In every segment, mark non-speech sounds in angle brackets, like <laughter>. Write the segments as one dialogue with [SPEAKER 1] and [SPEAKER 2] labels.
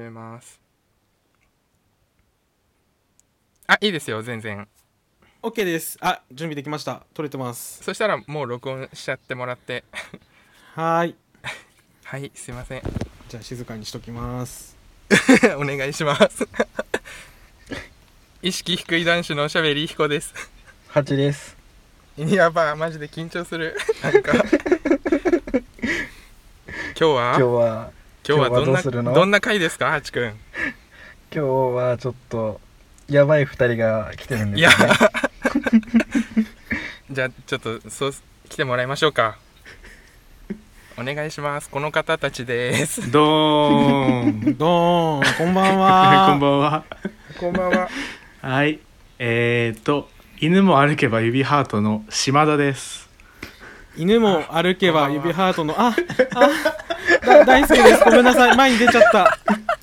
[SPEAKER 1] ございますあいいですよ全然
[SPEAKER 2] OK ですあ準備できました撮れてます
[SPEAKER 1] そしたらもう録音しちゃってもらって
[SPEAKER 2] はーい
[SPEAKER 1] はいすいません <laughs>
[SPEAKER 2] じゃあ静かにしときます
[SPEAKER 1] お願いします <laughs> 意識低い男子のおしゃべり彦です
[SPEAKER 3] 八です。
[SPEAKER 1] やばマジで緊張するなん
[SPEAKER 3] <laughs>
[SPEAKER 1] か今日は
[SPEAKER 3] 今日は
[SPEAKER 1] 今日は
[SPEAKER 3] 今日は
[SPEAKER 1] どん
[SPEAKER 3] どう
[SPEAKER 1] な
[SPEAKER 3] するの
[SPEAKER 1] どんな回ですかハチくん
[SPEAKER 3] 今日はちょっとやばい二人が来てるんですよね。
[SPEAKER 1] <laughs> じゃあちょっとそう来てもらいましょうかお願いしますこの方たちです
[SPEAKER 4] どーん。
[SPEAKER 2] どーんこんばんは
[SPEAKER 4] <laughs> こんばんは。
[SPEAKER 1] こんばんは
[SPEAKER 4] はい。えー、と、犬も歩けば指ハートの島田です。
[SPEAKER 2] 犬も歩けば指ハートのああだ大好きですごめんなさい前に出ちゃった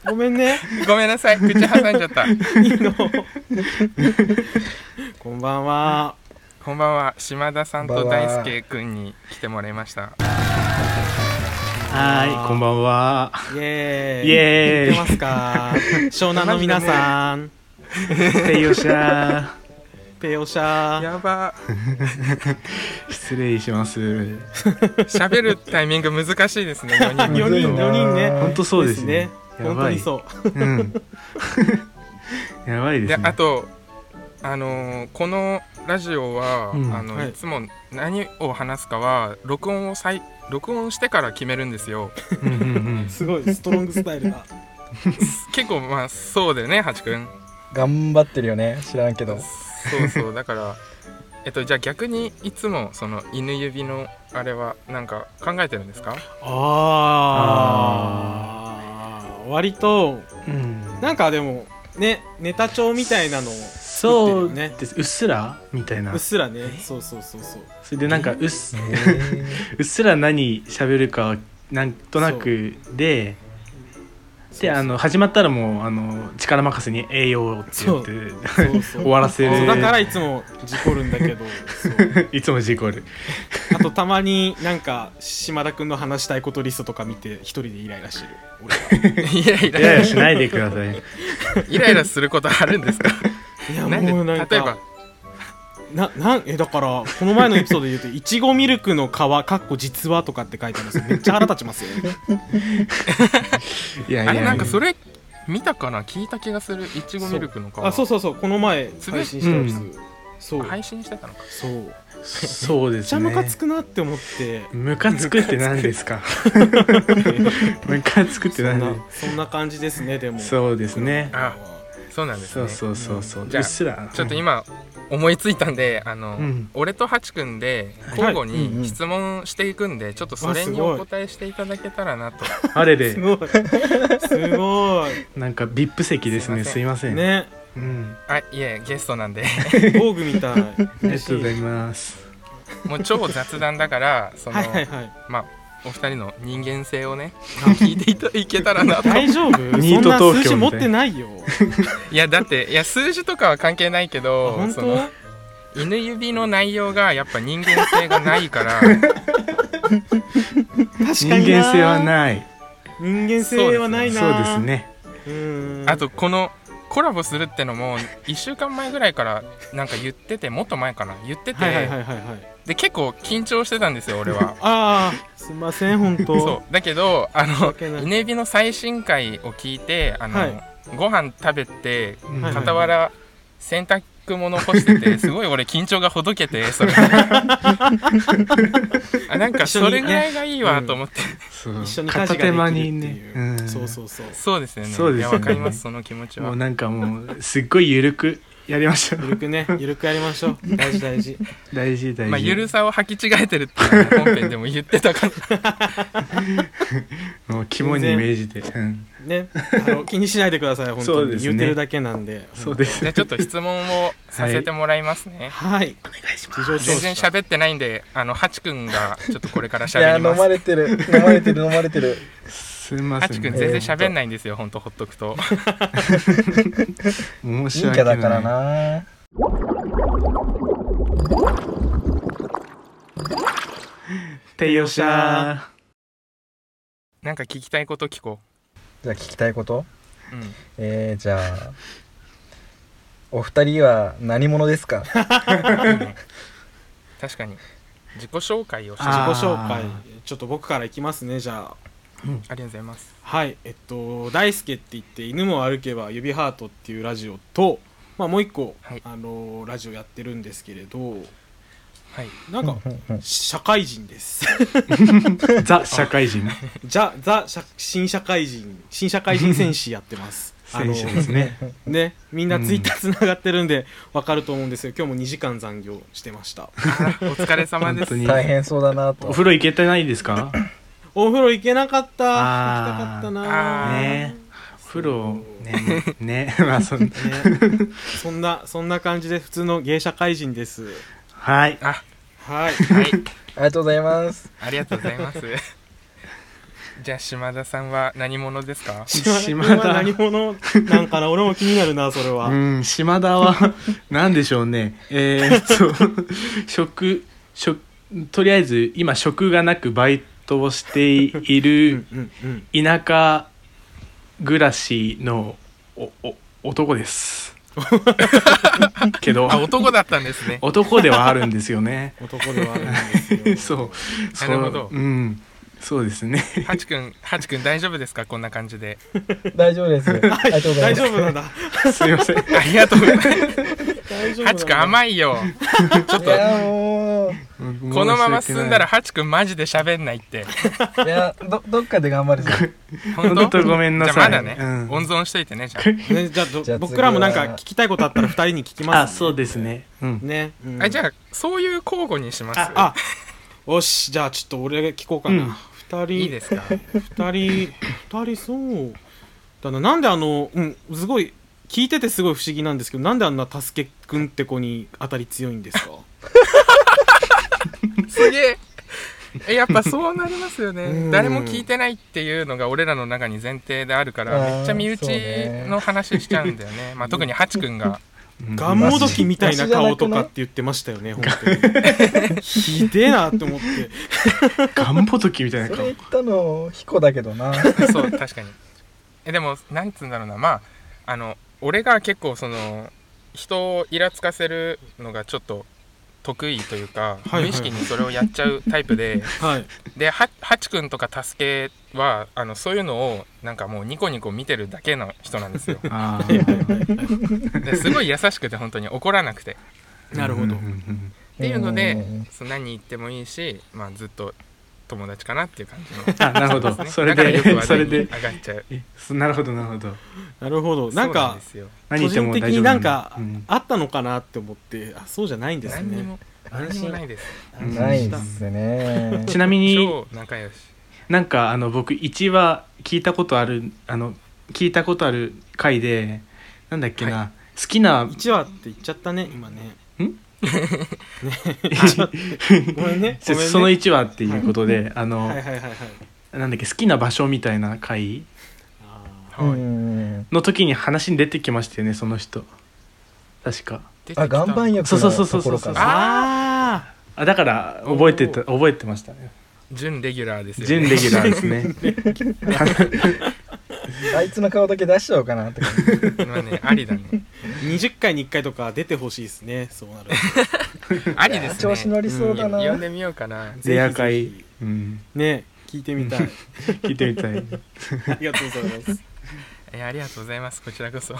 [SPEAKER 2] ごめんね
[SPEAKER 1] ごめんなさい口挟んじゃった
[SPEAKER 2] いいのこんばんは
[SPEAKER 1] こんばんは島田さんと大輔くんに来てもらいました
[SPEAKER 4] はーい、こんばんは。
[SPEAKER 2] イエーイ
[SPEAKER 4] イエーイ
[SPEAKER 2] 見てます
[SPEAKER 4] <laughs>
[SPEAKER 2] か湘南の皆さん、
[SPEAKER 4] ていよっしゃ
[SPEAKER 2] ペヨシャー
[SPEAKER 1] やば
[SPEAKER 4] ー。失礼します。
[SPEAKER 1] 喋るタイミング難しいですね4人
[SPEAKER 2] 4人4人ね
[SPEAKER 4] 本当そうですね。や
[SPEAKER 2] 本当
[SPEAKER 4] ば
[SPEAKER 2] に
[SPEAKER 4] い。
[SPEAKER 2] そう
[SPEAKER 4] うん。やばいで
[SPEAKER 1] です
[SPEAKER 4] ね
[SPEAKER 1] あ。とあのーこのラジオは、
[SPEAKER 4] うん
[SPEAKER 1] あの
[SPEAKER 2] はい
[SPEAKER 1] いつも何を話すかは録音を再録音してから決めるんですよ
[SPEAKER 4] うんうんうん
[SPEAKER 2] すごいストロングスタイル
[SPEAKER 4] <laughs>
[SPEAKER 2] だ
[SPEAKER 1] 結構まあそうだよねハチくん
[SPEAKER 3] 頑張ってるよね。知らんけど。
[SPEAKER 1] そうそうだからえっとじゃあ逆にいつもその犬指のあれはなんか考えてるんですか
[SPEAKER 2] ああ割と
[SPEAKER 4] うん。
[SPEAKER 2] なんかでもねネタ帳みたいなのを
[SPEAKER 4] そ
[SPEAKER 2] 言っ
[SPEAKER 4] う
[SPEAKER 2] てるよね
[SPEAKER 4] です。うっすらみたいな
[SPEAKER 2] うっ。すらねそうそうそ
[SPEAKER 1] <laughs>
[SPEAKER 2] うそう
[SPEAKER 4] それでなんか、うっす
[SPEAKER 3] へ。ー
[SPEAKER 4] うっすら何喋るかなんとなくでであの始まったらもうあの力任せに栄養って言って
[SPEAKER 2] そうそう
[SPEAKER 4] 終わらせ
[SPEAKER 2] そう
[SPEAKER 4] る
[SPEAKER 2] だからいつも事故るんだけどそう
[SPEAKER 4] <laughs>
[SPEAKER 1] <laughs>
[SPEAKER 4] いつも事故る
[SPEAKER 2] あとたまになんか島田君の話したいことリストとか見て一人でイライラしてる俺は
[SPEAKER 1] イライ
[SPEAKER 4] いやい
[SPEAKER 1] ラ
[SPEAKER 4] やしないでくださ
[SPEAKER 2] <laughs>
[SPEAKER 4] い
[SPEAKER 1] イライラすることあるんですか
[SPEAKER 2] いや
[SPEAKER 1] なんで
[SPEAKER 2] <laughs> もうなんか
[SPEAKER 1] 例えば
[SPEAKER 2] ななんえだからこの前のエピソードで言うと「いちごミルクの皮」かっこ実はとかって書いてあるんですよめっちゃ腹立
[SPEAKER 1] <laughs>
[SPEAKER 2] ちますよね
[SPEAKER 4] いやい
[SPEAKER 1] あ
[SPEAKER 4] やい
[SPEAKER 1] れ
[SPEAKER 4] や
[SPEAKER 1] なんかそれ見たかな聞いた気がするいちごミルクの顔
[SPEAKER 2] あそうそうそうこの前
[SPEAKER 1] つぶ
[SPEAKER 2] 配信したやつ、そう
[SPEAKER 1] 配信してたのか
[SPEAKER 2] そうめっ
[SPEAKER 4] そうで
[SPEAKER 2] ち
[SPEAKER 4] す
[SPEAKER 2] ゃ
[SPEAKER 4] ね
[SPEAKER 2] ムカつくなって
[SPEAKER 1] <laughs>
[SPEAKER 2] 思って
[SPEAKER 4] ムカつくって何で
[SPEAKER 2] <laughs>
[SPEAKER 4] すかムカつくって
[SPEAKER 2] そんな
[SPEAKER 4] 何で
[SPEAKER 2] そんな感じですねでも
[SPEAKER 4] すそうですね
[SPEAKER 1] あそうなんです
[SPEAKER 4] そ
[SPEAKER 1] ね
[SPEAKER 4] うそうそうそうう
[SPEAKER 1] じゃあ
[SPEAKER 4] っすら
[SPEAKER 1] ちょっと今思いついたんであの、
[SPEAKER 4] うん
[SPEAKER 1] 俺とハチくんで交互
[SPEAKER 3] はいうんう
[SPEAKER 1] に
[SPEAKER 3] ん
[SPEAKER 1] 質問していくんで、ちょっとそれ
[SPEAKER 2] わす
[SPEAKER 1] に
[SPEAKER 2] ごい
[SPEAKER 1] お答えしていただけたらなと
[SPEAKER 4] あれ
[SPEAKER 2] す
[SPEAKER 4] で
[SPEAKER 2] ごいすご
[SPEAKER 4] なんか VIP 席ですね
[SPEAKER 1] す
[SPEAKER 4] す
[SPEAKER 1] い
[SPEAKER 4] いませ
[SPEAKER 2] い
[SPEAKER 4] ん
[SPEAKER 2] ね
[SPEAKER 4] うん
[SPEAKER 1] あいえゲストなんで <laughs>
[SPEAKER 2] 防具みたい
[SPEAKER 4] <laughs> ありがとうございます
[SPEAKER 1] もう超雑談だ
[SPEAKER 2] <laughs>
[SPEAKER 1] からその、
[SPEAKER 2] はいはいはい
[SPEAKER 1] まあお二人の人間性をね聞いていたいけたらなと
[SPEAKER 2] 大丈夫
[SPEAKER 4] <laughs> ニート
[SPEAKER 2] そんな
[SPEAKER 4] 東
[SPEAKER 2] 数字
[SPEAKER 4] 京
[SPEAKER 2] 持
[SPEAKER 4] み
[SPEAKER 2] った
[SPEAKER 4] いな
[SPEAKER 2] てないよ
[SPEAKER 1] いやだっていや数字とかは関係ないけ
[SPEAKER 2] あ
[SPEAKER 1] ど
[SPEAKER 2] 本
[SPEAKER 1] その
[SPEAKER 2] 当
[SPEAKER 1] 犬指の内容がやっぱ人間性がないから
[SPEAKER 2] <laughs> 確
[SPEAKER 4] 人
[SPEAKER 2] かに
[SPEAKER 4] 間性は
[SPEAKER 2] な
[SPEAKER 4] ない
[SPEAKER 2] 人間性はないな
[SPEAKER 4] そうですね
[SPEAKER 2] うん
[SPEAKER 1] あとこのコラボするってのも1週間前ぐらいからなんか言っててもっと前かな言ってて、
[SPEAKER 2] はいはいはいはいはい
[SPEAKER 1] で結構緊張してたんですよ俺
[SPEAKER 2] <laughs>
[SPEAKER 1] は
[SPEAKER 2] ああすいません本当
[SPEAKER 1] そうだけどあの
[SPEAKER 2] 訳ない
[SPEAKER 1] 稲火の最新回を聞いてあの、
[SPEAKER 2] はい
[SPEAKER 1] ご飯食べて
[SPEAKER 4] うん
[SPEAKER 2] はいはい
[SPEAKER 1] 傍ら洗濯物干して
[SPEAKER 2] <laughs>
[SPEAKER 1] てすごい俺緊張がほどけてそれあなんか
[SPEAKER 2] 一
[SPEAKER 1] そ
[SPEAKER 2] 緒にね
[SPEAKER 1] れぐらいがいいわと思って、
[SPEAKER 4] そう
[SPEAKER 2] 一緒に家事が
[SPEAKER 4] 片
[SPEAKER 2] で
[SPEAKER 4] 手間
[SPEAKER 2] きる
[SPEAKER 4] に
[SPEAKER 2] って
[SPEAKER 4] ね、
[SPEAKER 2] い
[SPEAKER 4] う、
[SPEAKER 2] うんそうそうそう
[SPEAKER 1] そうですよね
[SPEAKER 4] そうで
[SPEAKER 1] い
[SPEAKER 4] すよ
[SPEAKER 1] や
[SPEAKER 4] ね
[SPEAKER 1] わかりますその気持ち
[SPEAKER 4] も
[SPEAKER 1] は
[SPEAKER 4] うなんかもうすっごいゆるくやりましょ
[SPEAKER 2] ゆ
[SPEAKER 4] う
[SPEAKER 2] るくねゆるくやりましょう大事大事
[SPEAKER 4] <laughs> 大事大事、
[SPEAKER 1] まあ、ゆるさを履き違えてるっていうのは本編でも言ってたから
[SPEAKER 4] もう肝に銘じて、うん、
[SPEAKER 2] ねあの気にしないでください本
[SPEAKER 4] そ
[SPEAKER 2] 当
[SPEAKER 4] う
[SPEAKER 2] に、
[SPEAKER 4] ですね
[SPEAKER 2] 言ってるだけなんで
[SPEAKER 4] そうです <laughs>
[SPEAKER 1] じゃあちょっと質問をさせてもらいますね、
[SPEAKER 2] はいお願いします事情聴
[SPEAKER 1] 全然
[SPEAKER 2] 取
[SPEAKER 1] 喋ってないんであのハチくんがちょっとこれから
[SPEAKER 3] い
[SPEAKER 1] 喋り
[SPEAKER 3] や飲
[SPEAKER 1] ます
[SPEAKER 3] まれてる飲まれてる飲まれてる。
[SPEAKER 4] すいま
[SPEAKER 1] ハ
[SPEAKER 4] せ
[SPEAKER 1] チ
[SPEAKER 4] ん、
[SPEAKER 1] くん全然喋んないんですよ、ほんとほっとくと。
[SPEAKER 4] 申
[SPEAKER 3] 陰キ
[SPEAKER 4] し訳
[SPEAKER 3] ャ
[SPEAKER 4] な
[SPEAKER 3] だ
[SPEAKER 4] い
[SPEAKER 3] からな。
[SPEAKER 4] てよっしゃ
[SPEAKER 1] なんか聞きたいこと聞こ
[SPEAKER 3] じゃあ聞きたいこと？
[SPEAKER 1] う。うん
[SPEAKER 3] えー、じゃあお二人は何者ですか
[SPEAKER 1] 確かに自己紹介をしてあ
[SPEAKER 2] 自
[SPEAKER 4] あ
[SPEAKER 2] 己紹
[SPEAKER 4] ー
[SPEAKER 2] 介ちょっと僕からいきますねじゃあ
[SPEAKER 1] りがとうございます
[SPEAKER 2] はいえっと大輔って言って「犬も歩けば指ハート」っていうラジオと、まあ、もう一個、
[SPEAKER 1] はい
[SPEAKER 2] あのラジオやってるんですけれど
[SPEAKER 1] はい
[SPEAKER 2] なんか社会人です <laughs>
[SPEAKER 4] ザ社会人
[SPEAKER 2] じゃザ社新社会人新社会人戦士やってます
[SPEAKER 4] <laughs>
[SPEAKER 2] あ
[SPEAKER 4] 選
[SPEAKER 2] の
[SPEAKER 4] 手ですね。
[SPEAKER 2] ねみんなツイッターつながってるんでわかると思うんですけど今日も2時間残業してました
[SPEAKER 1] あーお疲れ様です
[SPEAKER 4] 本当に
[SPEAKER 3] 大変そうだな
[SPEAKER 4] お
[SPEAKER 3] と
[SPEAKER 4] 風呂行けてないですか？
[SPEAKER 2] お風呂行けなかった行
[SPEAKER 4] あー
[SPEAKER 1] あ
[SPEAKER 2] きたかった
[SPEAKER 1] ー
[SPEAKER 2] な
[SPEAKER 4] ねお風呂ねねまあそん
[SPEAKER 2] ねそんなそんな感じで普通の芸社会人です
[SPEAKER 4] はい
[SPEAKER 1] あ
[SPEAKER 2] は
[SPEAKER 1] はい
[SPEAKER 2] い
[SPEAKER 3] ありがとうございます
[SPEAKER 1] ありがとうございます <laughs> じゃあ島田さんは何者ですか
[SPEAKER 4] 島
[SPEAKER 2] 島
[SPEAKER 4] 田
[SPEAKER 2] 田は何者なんかな俺も気になるなそれは、
[SPEAKER 4] うん島
[SPEAKER 1] <laughs>
[SPEAKER 4] 田は何でしょうねえー、っと <laughs> 食食とりあえず今職がなくバイトをしている
[SPEAKER 2] うんうん
[SPEAKER 4] 田舎暮らしのおお男です
[SPEAKER 1] <laughs>
[SPEAKER 4] けど
[SPEAKER 1] あ男だったんですね
[SPEAKER 4] 男ではあるんですよね <laughs>
[SPEAKER 2] 男ではあるんですよ
[SPEAKER 4] そうそう
[SPEAKER 1] なるほど
[SPEAKER 4] うんそうですね <laughs>
[SPEAKER 1] ハチくんハチくん大丈夫ですかこんな感じで
[SPEAKER 3] 大丈夫ですありがとうござい
[SPEAKER 2] 大
[SPEAKER 3] ま
[SPEAKER 2] 丈
[SPEAKER 3] す
[SPEAKER 2] 夫なんだ
[SPEAKER 4] すいません
[SPEAKER 1] ありがとうございます
[SPEAKER 2] 大丈夫な
[SPEAKER 1] ハ
[SPEAKER 2] ん
[SPEAKER 1] チ
[SPEAKER 2] だ
[SPEAKER 1] くん甘いよ
[SPEAKER 3] ちょっといやもう
[SPEAKER 1] <laughs> このまま進んだら
[SPEAKER 4] 申し
[SPEAKER 1] ハチくんマジで喋んないって
[SPEAKER 3] いやどどっかで頑張るぞ
[SPEAKER 1] 本
[SPEAKER 4] <laughs> 本
[SPEAKER 1] 当
[SPEAKER 4] 当ごめんなさい
[SPEAKER 1] じゃあまだね、
[SPEAKER 4] うん
[SPEAKER 1] 温存しといてねじゃ
[SPEAKER 2] ねじゃあど
[SPEAKER 3] じゃあ次は
[SPEAKER 2] 僕らもなんか聞きたいことあったら二人に聞き
[SPEAKER 4] 訳
[SPEAKER 2] ま
[SPEAKER 4] ない
[SPEAKER 2] す
[SPEAKER 4] あそうですねうん
[SPEAKER 2] ね、うん
[SPEAKER 1] ああじゃあそういう交互にします
[SPEAKER 2] あよしじゃあちょっと俺が聞こうか
[SPEAKER 4] うん
[SPEAKER 2] な、二人
[SPEAKER 1] いいですか
[SPEAKER 2] 二人二人そうだななんであのうんすごい聞いててすごい不思議なんですけどなんであんなたすけくんって子に当たり強いんですか
[SPEAKER 1] すげええやっぱそうなりますよ
[SPEAKER 2] う
[SPEAKER 1] ね
[SPEAKER 2] ん
[SPEAKER 1] 誰も聞いてないっていうのが俺らの中に前提であるから
[SPEAKER 3] あー
[SPEAKER 1] めっちゃ身内
[SPEAKER 3] そうね
[SPEAKER 1] の話しちゃうんだよね、まあ、特にハチくんが
[SPEAKER 2] ガンモドキみたいな顔とかって言ってましたよね本当にひでえなって思って
[SPEAKER 4] ガンポトキみたいな
[SPEAKER 3] そ
[SPEAKER 4] 顔
[SPEAKER 3] れ言ったの彦だけどな
[SPEAKER 1] <laughs> そう確かにえでもなんつうんだろうなまああの俺が結構その人をイラつかせるのがちょっと得意というか、
[SPEAKER 2] はいはい
[SPEAKER 1] 無意識にそれをやっちゃうタイプ
[SPEAKER 2] <laughs>
[SPEAKER 1] で
[SPEAKER 2] はい
[SPEAKER 1] でハハチくんとかタスケはあのそういうのをなんかもうニコニコ見てるだけの人なんですよ
[SPEAKER 4] あー
[SPEAKER 1] ですごい優しくて本当に怒らなくて
[SPEAKER 2] <laughs> なるほど、
[SPEAKER 4] うんうん
[SPEAKER 1] っていうの
[SPEAKER 3] うん
[SPEAKER 1] で
[SPEAKER 3] うんうん
[SPEAKER 1] そ何言ってもいいし、まあ、ずっと友達かなっていう感じの
[SPEAKER 2] <laughs>
[SPEAKER 4] あなるほ
[SPEAKER 1] です
[SPEAKER 4] ど
[SPEAKER 1] ね
[SPEAKER 4] それ
[SPEAKER 1] だからよく
[SPEAKER 4] で
[SPEAKER 1] 話
[SPEAKER 4] そ
[SPEAKER 1] 題
[SPEAKER 4] れ
[SPEAKER 1] に
[SPEAKER 4] で
[SPEAKER 1] 上がっちゃう
[SPEAKER 4] えそなるほどなるほど
[SPEAKER 2] なるほど <laughs> なん
[SPEAKER 1] そう
[SPEAKER 2] か
[SPEAKER 1] ですよ
[SPEAKER 4] 何
[SPEAKER 2] 個
[SPEAKER 4] 言って
[SPEAKER 2] 人
[SPEAKER 4] も
[SPEAKER 2] 的
[SPEAKER 4] 大丈
[SPEAKER 2] に
[SPEAKER 4] 夫
[SPEAKER 2] なん
[SPEAKER 4] んだ
[SPEAKER 2] か
[SPEAKER 4] うん
[SPEAKER 2] あったのかなって思ってあそうじゃないんです
[SPEAKER 1] 何に
[SPEAKER 2] ね
[SPEAKER 1] も何にもないです
[SPEAKER 4] うん
[SPEAKER 3] ないですね
[SPEAKER 4] ちなみに
[SPEAKER 1] 超仲良し
[SPEAKER 4] なんかあの僕1話聞いたことあるあの聞いたことある回でなんだっけな、好
[SPEAKER 2] <laughs>
[SPEAKER 4] きな
[SPEAKER 2] 1話って言っちゃったね今ね
[SPEAKER 4] ん
[SPEAKER 2] ね1話ってごめんねごめんね
[SPEAKER 4] <laughs> その1話っていうことで、あの、
[SPEAKER 2] はいはいはいはい
[SPEAKER 4] なんだっけ好きな場所みたいな回
[SPEAKER 2] あ
[SPEAKER 1] <laughs>
[SPEAKER 2] ー
[SPEAKER 1] は
[SPEAKER 3] う
[SPEAKER 1] い、
[SPEAKER 3] ん
[SPEAKER 4] の時に話に出てきましたよねその人確か
[SPEAKER 1] 出てきた
[SPEAKER 3] あ岩盤浴
[SPEAKER 4] そう
[SPEAKER 3] の
[SPEAKER 4] そうそう
[SPEAKER 3] と
[SPEAKER 4] そう
[SPEAKER 3] こ
[SPEAKER 4] そ
[SPEAKER 3] ろ
[SPEAKER 4] う
[SPEAKER 3] かな
[SPEAKER 2] あ
[SPEAKER 4] あだから覚えてた覚えてましたね
[SPEAKER 1] 準レギュラーですよ、ね、
[SPEAKER 4] 準レギュラーです
[SPEAKER 1] <laughs>
[SPEAKER 4] ね
[SPEAKER 3] あいつの顔だけ出しちゃおうかなって感じ
[SPEAKER 1] まあねありだね
[SPEAKER 2] 20回に1回とか出てほしいですねそうなる
[SPEAKER 1] ありですね
[SPEAKER 3] 調子乗りそうだな、
[SPEAKER 1] 呼んでみようかな
[SPEAKER 2] ひ
[SPEAKER 4] レア会
[SPEAKER 2] ぜひ
[SPEAKER 4] うん
[SPEAKER 2] とね聞いてみた
[SPEAKER 4] <laughs>
[SPEAKER 2] い
[SPEAKER 4] 聞いてみたい
[SPEAKER 2] ありがとうございます
[SPEAKER 1] えありがとうございますこちらこそ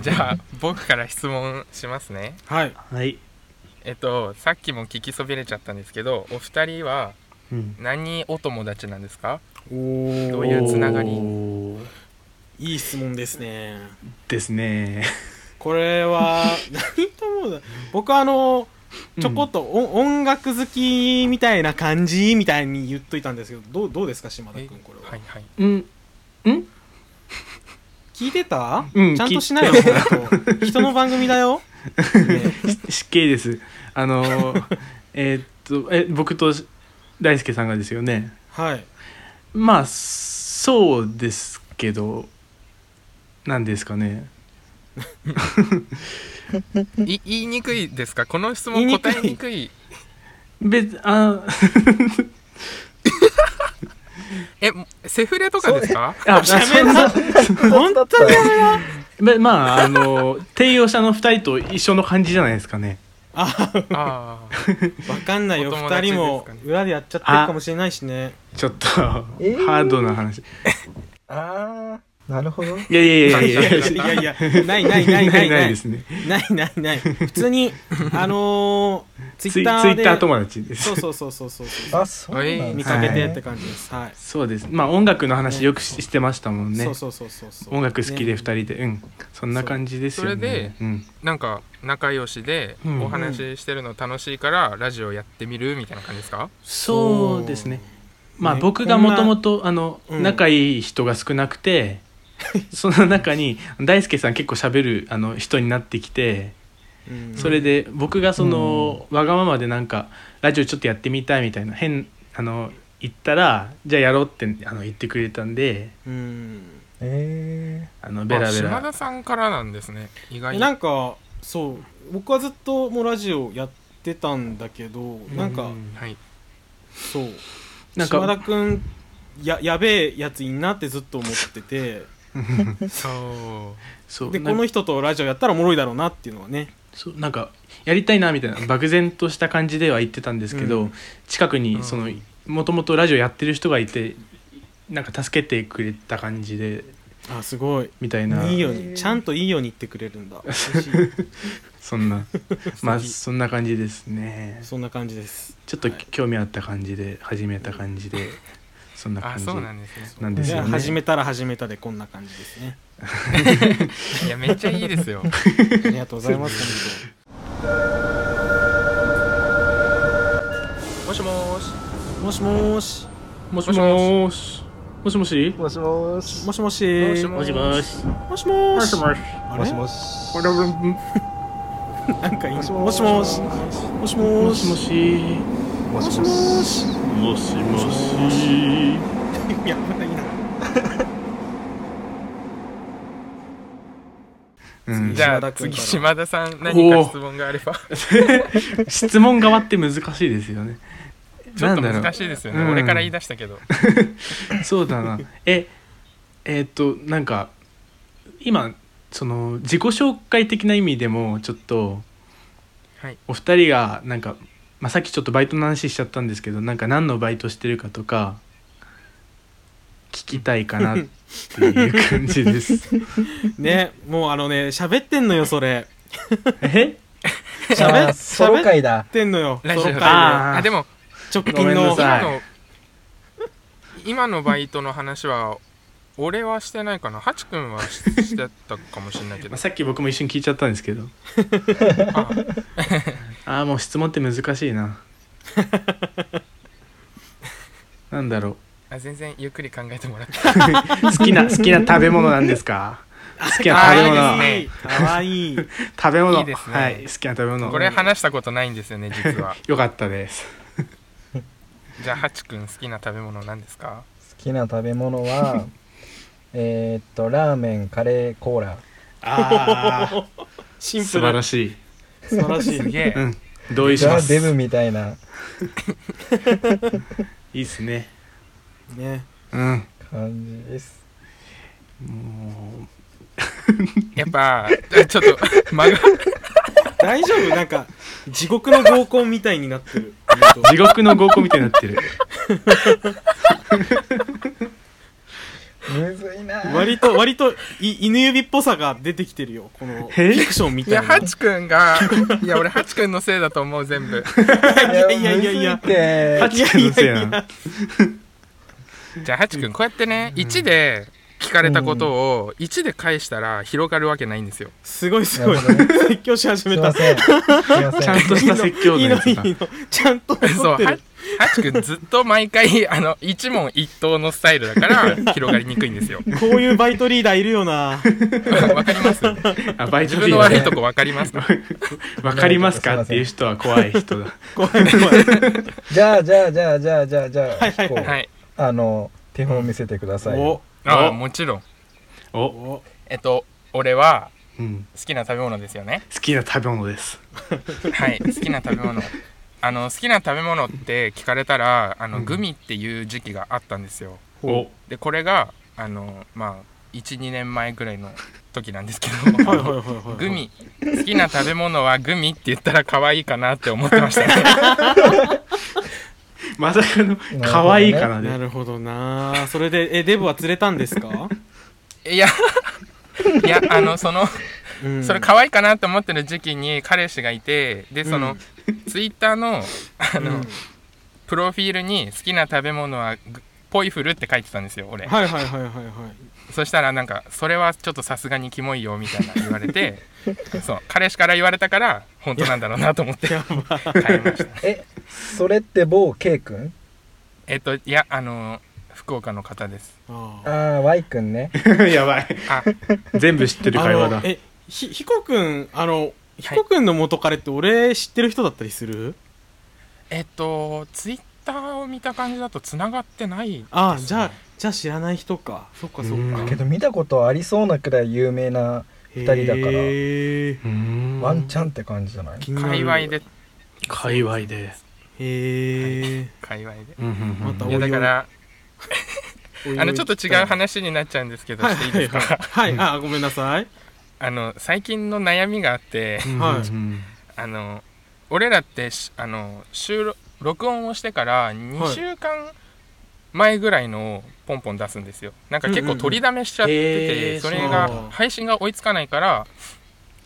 [SPEAKER 1] じゃあ僕から質問しますね
[SPEAKER 2] はい
[SPEAKER 4] はい、
[SPEAKER 1] えっとさっきも聞きそびれちゃったんですけどお二人は
[SPEAKER 4] うん
[SPEAKER 1] 何お友達なんですか
[SPEAKER 2] お
[SPEAKER 1] ど
[SPEAKER 2] お
[SPEAKER 1] ういうつながり
[SPEAKER 4] おー
[SPEAKER 2] いい質問ですね
[SPEAKER 4] ですね
[SPEAKER 2] これは何と思うな僕はあのちょこっとお、音楽好きみたいな感じみたいに言っといたんですけどどうどうですか島田
[SPEAKER 1] え
[SPEAKER 2] 君これは、
[SPEAKER 1] はいはい
[SPEAKER 4] うん
[SPEAKER 2] 聞いてた、
[SPEAKER 4] うん
[SPEAKER 2] ちゃんとしないよ
[SPEAKER 4] 聞いて
[SPEAKER 2] ほんと人の番組だよ、ね
[SPEAKER 4] 失敬ですあのー <laughs> えーっとえ僕と大輔さんがですよね
[SPEAKER 2] はい
[SPEAKER 4] まあそうですけどなんですかね
[SPEAKER 1] い言いにくいですかこの質
[SPEAKER 2] 言
[SPEAKER 1] 問
[SPEAKER 2] いにくい
[SPEAKER 1] 答えにくい
[SPEAKER 4] 別あ
[SPEAKER 1] えセフレとかですか
[SPEAKER 4] <laughs> あ
[SPEAKER 2] やめな本当にやめな
[SPEAKER 4] ままああ <laughs> の低用者の2人と一緒の感じじゃないですかね
[SPEAKER 2] あ
[SPEAKER 1] あ
[SPEAKER 2] わかんないよ
[SPEAKER 1] お友
[SPEAKER 2] 2
[SPEAKER 1] 達
[SPEAKER 2] 人も
[SPEAKER 1] ですかね
[SPEAKER 2] 裏でやっちゃってるかもしれないしね
[SPEAKER 4] ちょっと
[SPEAKER 3] えー
[SPEAKER 4] ハードな話、
[SPEAKER 3] あー、なるほど。
[SPEAKER 4] いやいやいやいや
[SPEAKER 2] いやいやないないないな
[SPEAKER 4] ないい
[SPEAKER 2] な
[SPEAKER 4] ない
[SPEAKER 2] い
[SPEAKER 4] ですね
[SPEAKER 2] ないないない普通にあの
[SPEAKER 4] ツ
[SPEAKER 2] ー、
[SPEAKER 4] イ
[SPEAKER 2] ツイ
[SPEAKER 4] ツイ
[SPEAKER 2] ッ
[SPEAKER 4] ッ
[SPEAKER 2] タ
[SPEAKER 4] タ
[SPEAKER 2] ーで
[SPEAKER 4] ー友達です
[SPEAKER 2] そうそうそうそうそうそう
[SPEAKER 3] あ、そうなんですね
[SPEAKER 2] 見
[SPEAKER 1] 見
[SPEAKER 2] かけてっ
[SPEAKER 3] は
[SPEAKER 2] て
[SPEAKER 3] い
[SPEAKER 2] 感じですはい、
[SPEAKER 4] そうですまあ音楽の話よくししてましたもんね
[SPEAKER 2] そうそうそうそうそう
[SPEAKER 4] 音楽好きで2
[SPEAKER 2] ね
[SPEAKER 4] 人で、うんそんな感じですよね
[SPEAKER 1] それで
[SPEAKER 4] うん、
[SPEAKER 1] なんか仲良しで
[SPEAKER 4] うん
[SPEAKER 1] お話ししてるの楽しいからラジオやってみるみたいな感じですか
[SPEAKER 4] そうですねまあ
[SPEAKER 2] ね
[SPEAKER 4] 僕がもともとあの
[SPEAKER 2] うん
[SPEAKER 4] 仲いい人が少なく
[SPEAKER 2] <laughs>
[SPEAKER 4] て、その中に大輔さん結構喋るあの人になってきて
[SPEAKER 2] うん
[SPEAKER 4] それで僕がその、わがままでなんかラジオちょっとやってみたいみたいな変あの言ったらじゃあやろうってあの言ってくれたんで
[SPEAKER 2] うん
[SPEAKER 3] え
[SPEAKER 4] あのベラ
[SPEAKER 1] あ
[SPEAKER 4] ベ
[SPEAKER 1] 島
[SPEAKER 4] ラ
[SPEAKER 1] 田さんからなんですね意外に
[SPEAKER 2] なんかそう僕はずっともうラジオやってたんだけどなんか、
[SPEAKER 4] う
[SPEAKER 1] はい
[SPEAKER 2] そう
[SPEAKER 4] なん
[SPEAKER 2] 島田
[SPEAKER 4] か
[SPEAKER 2] 君ややべえやついんなってずっと思ってて
[SPEAKER 1] そう
[SPEAKER 4] そう
[SPEAKER 2] で
[SPEAKER 4] な
[SPEAKER 2] こ
[SPEAKER 4] ん
[SPEAKER 2] の人とラジオやったらおもろいだろうなっていうのはね
[SPEAKER 4] そうなんかやりたいなみたいな漠然とした感じでは言ってたんですけど、
[SPEAKER 2] うん
[SPEAKER 4] 近く
[SPEAKER 1] う
[SPEAKER 4] に
[SPEAKER 1] ん
[SPEAKER 4] そのもともとラジオやってる人がいてなんか助けてくれた感じで
[SPEAKER 2] あすごい
[SPEAKER 4] みたいない
[SPEAKER 2] いようにちゃんといいように言ってくれる
[SPEAKER 4] <laughs>
[SPEAKER 2] んだ嬉しい
[SPEAKER 4] そ
[SPEAKER 2] <laughs>
[SPEAKER 4] んなまあそんな感じですね
[SPEAKER 2] そんな感じです
[SPEAKER 4] ちょっと
[SPEAKER 2] はい
[SPEAKER 4] 興味あった感じで始めた感じでそんな
[SPEAKER 1] あ
[SPEAKER 4] 感じ
[SPEAKER 1] そうなんです
[SPEAKER 4] なん
[SPEAKER 2] で
[SPEAKER 4] ですよね
[SPEAKER 2] 始めたら始めたでこんな感じですね
[SPEAKER 1] ねいやめっちゃいいです
[SPEAKER 4] <laughs>
[SPEAKER 1] よ
[SPEAKER 2] ありがとうございます
[SPEAKER 1] もしもーし
[SPEAKER 2] 本当もしもーし
[SPEAKER 4] もしもしもしもし
[SPEAKER 3] ー。もしもーし。
[SPEAKER 2] もし
[SPEAKER 1] も
[SPEAKER 2] もしもし
[SPEAKER 1] しし
[SPEAKER 2] もしもし
[SPEAKER 4] し
[SPEAKER 2] あれ
[SPEAKER 3] もしもし。
[SPEAKER 4] これも
[SPEAKER 2] なんかいいも
[SPEAKER 3] も
[SPEAKER 2] し
[SPEAKER 3] し
[SPEAKER 2] も
[SPEAKER 3] も
[SPEAKER 2] し
[SPEAKER 3] し
[SPEAKER 2] もしもしも
[SPEAKER 4] し
[SPEAKER 2] し
[SPEAKER 4] もし
[SPEAKER 2] も
[SPEAKER 3] もしも
[SPEAKER 2] し
[SPEAKER 3] し。
[SPEAKER 4] もしも
[SPEAKER 2] しやばいな
[SPEAKER 4] <laughs> うん
[SPEAKER 1] じゃあ
[SPEAKER 2] 島田君か
[SPEAKER 1] 次
[SPEAKER 2] ら
[SPEAKER 1] 島田さん何か質問があれば
[SPEAKER 4] 質問側って難しいですよね。
[SPEAKER 1] ちょっと
[SPEAKER 4] なんだ
[SPEAKER 1] 難
[SPEAKER 4] ろ
[SPEAKER 1] しいですよね
[SPEAKER 4] うん
[SPEAKER 1] 俺から言い出したけど
[SPEAKER 4] うそうだな。え、えーっと、なんか、今、その、自己紹介的な意味でも、ちょっと、
[SPEAKER 1] はい
[SPEAKER 4] お二人が、なんか、まあ、さっきちょっとバイトの話しちゃったんですけど、なんか何のバイトしてるかとか、聞きたいかなっていう感じです。
[SPEAKER 1] <laughs>
[SPEAKER 2] ねもうあのね喋ってんのよそれ
[SPEAKER 4] え
[SPEAKER 2] 喋
[SPEAKER 3] あーソロ
[SPEAKER 2] 喋っ
[SPEAKER 3] 会だ。
[SPEAKER 2] てんのよソ
[SPEAKER 1] ラ
[SPEAKER 2] ロ
[SPEAKER 1] ジオ
[SPEAKER 2] 会で
[SPEAKER 4] あー
[SPEAKER 1] あでも
[SPEAKER 2] 直
[SPEAKER 4] ごめ
[SPEAKER 2] 近
[SPEAKER 4] んな
[SPEAKER 2] の
[SPEAKER 1] 今
[SPEAKER 4] さい
[SPEAKER 1] の今のバイトの話は俺はしてないかなハチ君はししてたかもしれないけ
[SPEAKER 4] <laughs> ま
[SPEAKER 1] ど
[SPEAKER 4] あさっき僕も一瞬聞いちゃったんですけど、
[SPEAKER 1] あ
[SPEAKER 4] ああもう質問って難し
[SPEAKER 1] <laughs>
[SPEAKER 4] いななんだろ
[SPEAKER 1] あ全然ゆっくり考えてもらって
[SPEAKER 4] う好きな好きな食べ物なんですか好きな食べ
[SPEAKER 1] あ
[SPEAKER 4] 物
[SPEAKER 1] いいですね
[SPEAKER 2] かわいい
[SPEAKER 4] 食べ物
[SPEAKER 1] いいですね
[SPEAKER 4] はい好きな食べ物
[SPEAKER 1] これ話したことないんですよね実は <laughs>
[SPEAKER 4] よかったです
[SPEAKER 1] じゃあハチ君好きな食べ物何ですか
[SPEAKER 3] 好きな食べ
[SPEAKER 2] <laughs>
[SPEAKER 3] 物は、えーっと、ラーメン、カレー、コーラ。
[SPEAKER 4] ああ
[SPEAKER 2] シンプ
[SPEAKER 4] 素晴ら
[SPEAKER 2] ル
[SPEAKER 4] しい
[SPEAKER 2] 素晴らしい
[SPEAKER 1] すげえ
[SPEAKER 4] うん同意し
[SPEAKER 3] ザ
[SPEAKER 4] ます
[SPEAKER 3] デブ
[SPEAKER 4] い
[SPEAKER 3] みたいな
[SPEAKER 4] っすね
[SPEAKER 2] ね
[SPEAKER 4] うん
[SPEAKER 3] 感じです。
[SPEAKER 4] も
[SPEAKER 1] やっぱちょっと間が
[SPEAKER 2] 大丈夫なんか地獄の合コンみたいになってる
[SPEAKER 4] う地獄の合コンみたいになってる
[SPEAKER 3] むずいなぁ。
[SPEAKER 2] 割と割とい犬指っぽさが出てきてるよこのフ
[SPEAKER 4] え
[SPEAKER 2] ィクションみ
[SPEAKER 1] い
[SPEAKER 2] た
[SPEAKER 1] や
[SPEAKER 2] いな
[SPEAKER 1] ハチ君がいや俺ハチ君のせいだと思う全部
[SPEAKER 3] い
[SPEAKER 2] やいやいやいや
[SPEAKER 3] むずって
[SPEAKER 4] ハチ君のせいやな
[SPEAKER 1] <laughs> じゃあハチ君こうやってね1で聞かれたことを1で返したら広がるわけないんですよ
[SPEAKER 2] すごいすごい
[SPEAKER 3] なるほ
[SPEAKER 2] 説教し始
[SPEAKER 3] す
[SPEAKER 2] め
[SPEAKER 3] い
[SPEAKER 2] た
[SPEAKER 3] ません。すいま
[SPEAKER 4] ち
[SPEAKER 3] せ
[SPEAKER 4] ゃ
[SPEAKER 3] ん
[SPEAKER 4] ん。とした説教
[SPEAKER 2] い
[SPEAKER 4] の
[SPEAKER 2] いのい
[SPEAKER 4] やつ
[SPEAKER 2] い
[SPEAKER 4] だ
[SPEAKER 2] のちゃんと
[SPEAKER 1] そ
[SPEAKER 2] 残
[SPEAKER 1] う
[SPEAKER 2] って
[SPEAKER 1] ハ
[SPEAKER 2] る
[SPEAKER 1] ハチ君ずっと毎回あの一問一答のスタイルだから広がりにくいんですよ <laughs>
[SPEAKER 2] こういうバイトリーダーいるよな
[SPEAKER 1] わかります
[SPEAKER 4] あバイト
[SPEAKER 1] 自分
[SPEAKER 4] リー
[SPEAKER 1] の
[SPEAKER 4] ダ
[SPEAKER 1] 悪い
[SPEAKER 4] ー
[SPEAKER 1] とこわかります
[SPEAKER 4] わかりますかっていう人は <laughs> 怖い人だ
[SPEAKER 2] 怖い怖い
[SPEAKER 3] じゃあ、じゃあ、じゃあ、じゃあ、じゃあ、じゃあ、
[SPEAKER 2] はいはい
[SPEAKER 3] こう
[SPEAKER 1] はい
[SPEAKER 3] あの、手本見せてください。
[SPEAKER 2] お
[SPEAKER 1] ああ
[SPEAKER 4] お
[SPEAKER 1] もちろん
[SPEAKER 4] お
[SPEAKER 2] お
[SPEAKER 1] えっと俺は
[SPEAKER 4] うん
[SPEAKER 1] 好きな食べ物ですよね
[SPEAKER 4] 好きな食べ物です。
[SPEAKER 1] はい好きな食べ物あの好きな食べ物って聞かれたらあ
[SPEAKER 4] う
[SPEAKER 1] の
[SPEAKER 4] ん
[SPEAKER 1] グミっていう時期があったんですよ
[SPEAKER 4] お
[SPEAKER 1] でこれがあのまあ12年前ぐらいの時なんですけ
[SPEAKER 2] <laughs>
[SPEAKER 1] ど
[SPEAKER 2] はいはいはいはい、
[SPEAKER 1] グミ好きな食べ物はグミって言ったら可愛いかなって思って
[SPEAKER 2] <laughs>
[SPEAKER 1] ましたね
[SPEAKER 4] まさかの
[SPEAKER 3] ほどね
[SPEAKER 4] 可愛いかなで
[SPEAKER 2] なるほどなそれでえデブは釣れたんですか、
[SPEAKER 1] いやいやあのその
[SPEAKER 2] う
[SPEAKER 1] <laughs>
[SPEAKER 2] ん、
[SPEAKER 1] それ可愛いかなと思ってる時期に彼氏がいてでその、
[SPEAKER 2] うん
[SPEAKER 1] ツイッターのあの、
[SPEAKER 2] うん
[SPEAKER 1] プロフィールに好きな食べ物はグポイフルって書いてたんですよ俺、
[SPEAKER 2] はいはいはいはいはい
[SPEAKER 1] そしたらなんかそれはちょっとさすがにキモいよみたいな言われ
[SPEAKER 2] <laughs>
[SPEAKER 1] てそう彼氏から言われたから本当なんだろうなと思って
[SPEAKER 2] やば
[SPEAKER 1] 変えました
[SPEAKER 3] えそれって某 K 君
[SPEAKER 1] えっといやあの福岡の方です
[SPEAKER 2] あ
[SPEAKER 3] ああ Y 君ね
[SPEAKER 4] <laughs> やばい
[SPEAKER 1] あ
[SPEAKER 4] 全部知ってる会話
[SPEAKER 2] あ
[SPEAKER 4] だ
[SPEAKER 2] のえひひこくんあのひこくんの元彼って俺知ってる人だったりする、
[SPEAKER 1] えっとツイッターを見た感じだとつながってない
[SPEAKER 2] ああじゃあじゃあ知らない人かそっかそっ
[SPEAKER 4] う
[SPEAKER 2] か
[SPEAKER 4] ん
[SPEAKER 3] けど見たことありそうなくらい有名な
[SPEAKER 2] 二
[SPEAKER 3] 人だから
[SPEAKER 2] へえ
[SPEAKER 3] ワン
[SPEAKER 4] ン
[SPEAKER 3] チャンって感じじゃない
[SPEAKER 1] 界隈で
[SPEAKER 4] 界隈で、
[SPEAKER 2] へえ
[SPEAKER 1] 界隈で
[SPEAKER 4] うんうんうん
[SPEAKER 2] また
[SPEAKER 1] いやだから
[SPEAKER 2] おいおい
[SPEAKER 1] あのちょっと違う話になっちゃうんですけど
[SPEAKER 2] はい
[SPEAKER 1] していい
[SPEAKER 2] は
[SPEAKER 1] で
[SPEAKER 2] い
[SPEAKER 1] すか、
[SPEAKER 2] はい、はい、あーごめんなさい
[SPEAKER 1] あの最近の悩みがあって
[SPEAKER 4] うんうんうん
[SPEAKER 2] はい
[SPEAKER 1] あの俺らってしあの収録録音をしてから2週間前ぐらいのをポンポン出すんですよなんか結
[SPEAKER 2] うんうんう
[SPEAKER 1] 構
[SPEAKER 2] ん
[SPEAKER 1] 取りだめしちゃってて、
[SPEAKER 4] へー
[SPEAKER 1] それ
[SPEAKER 2] そう
[SPEAKER 1] が配信が追いつかないから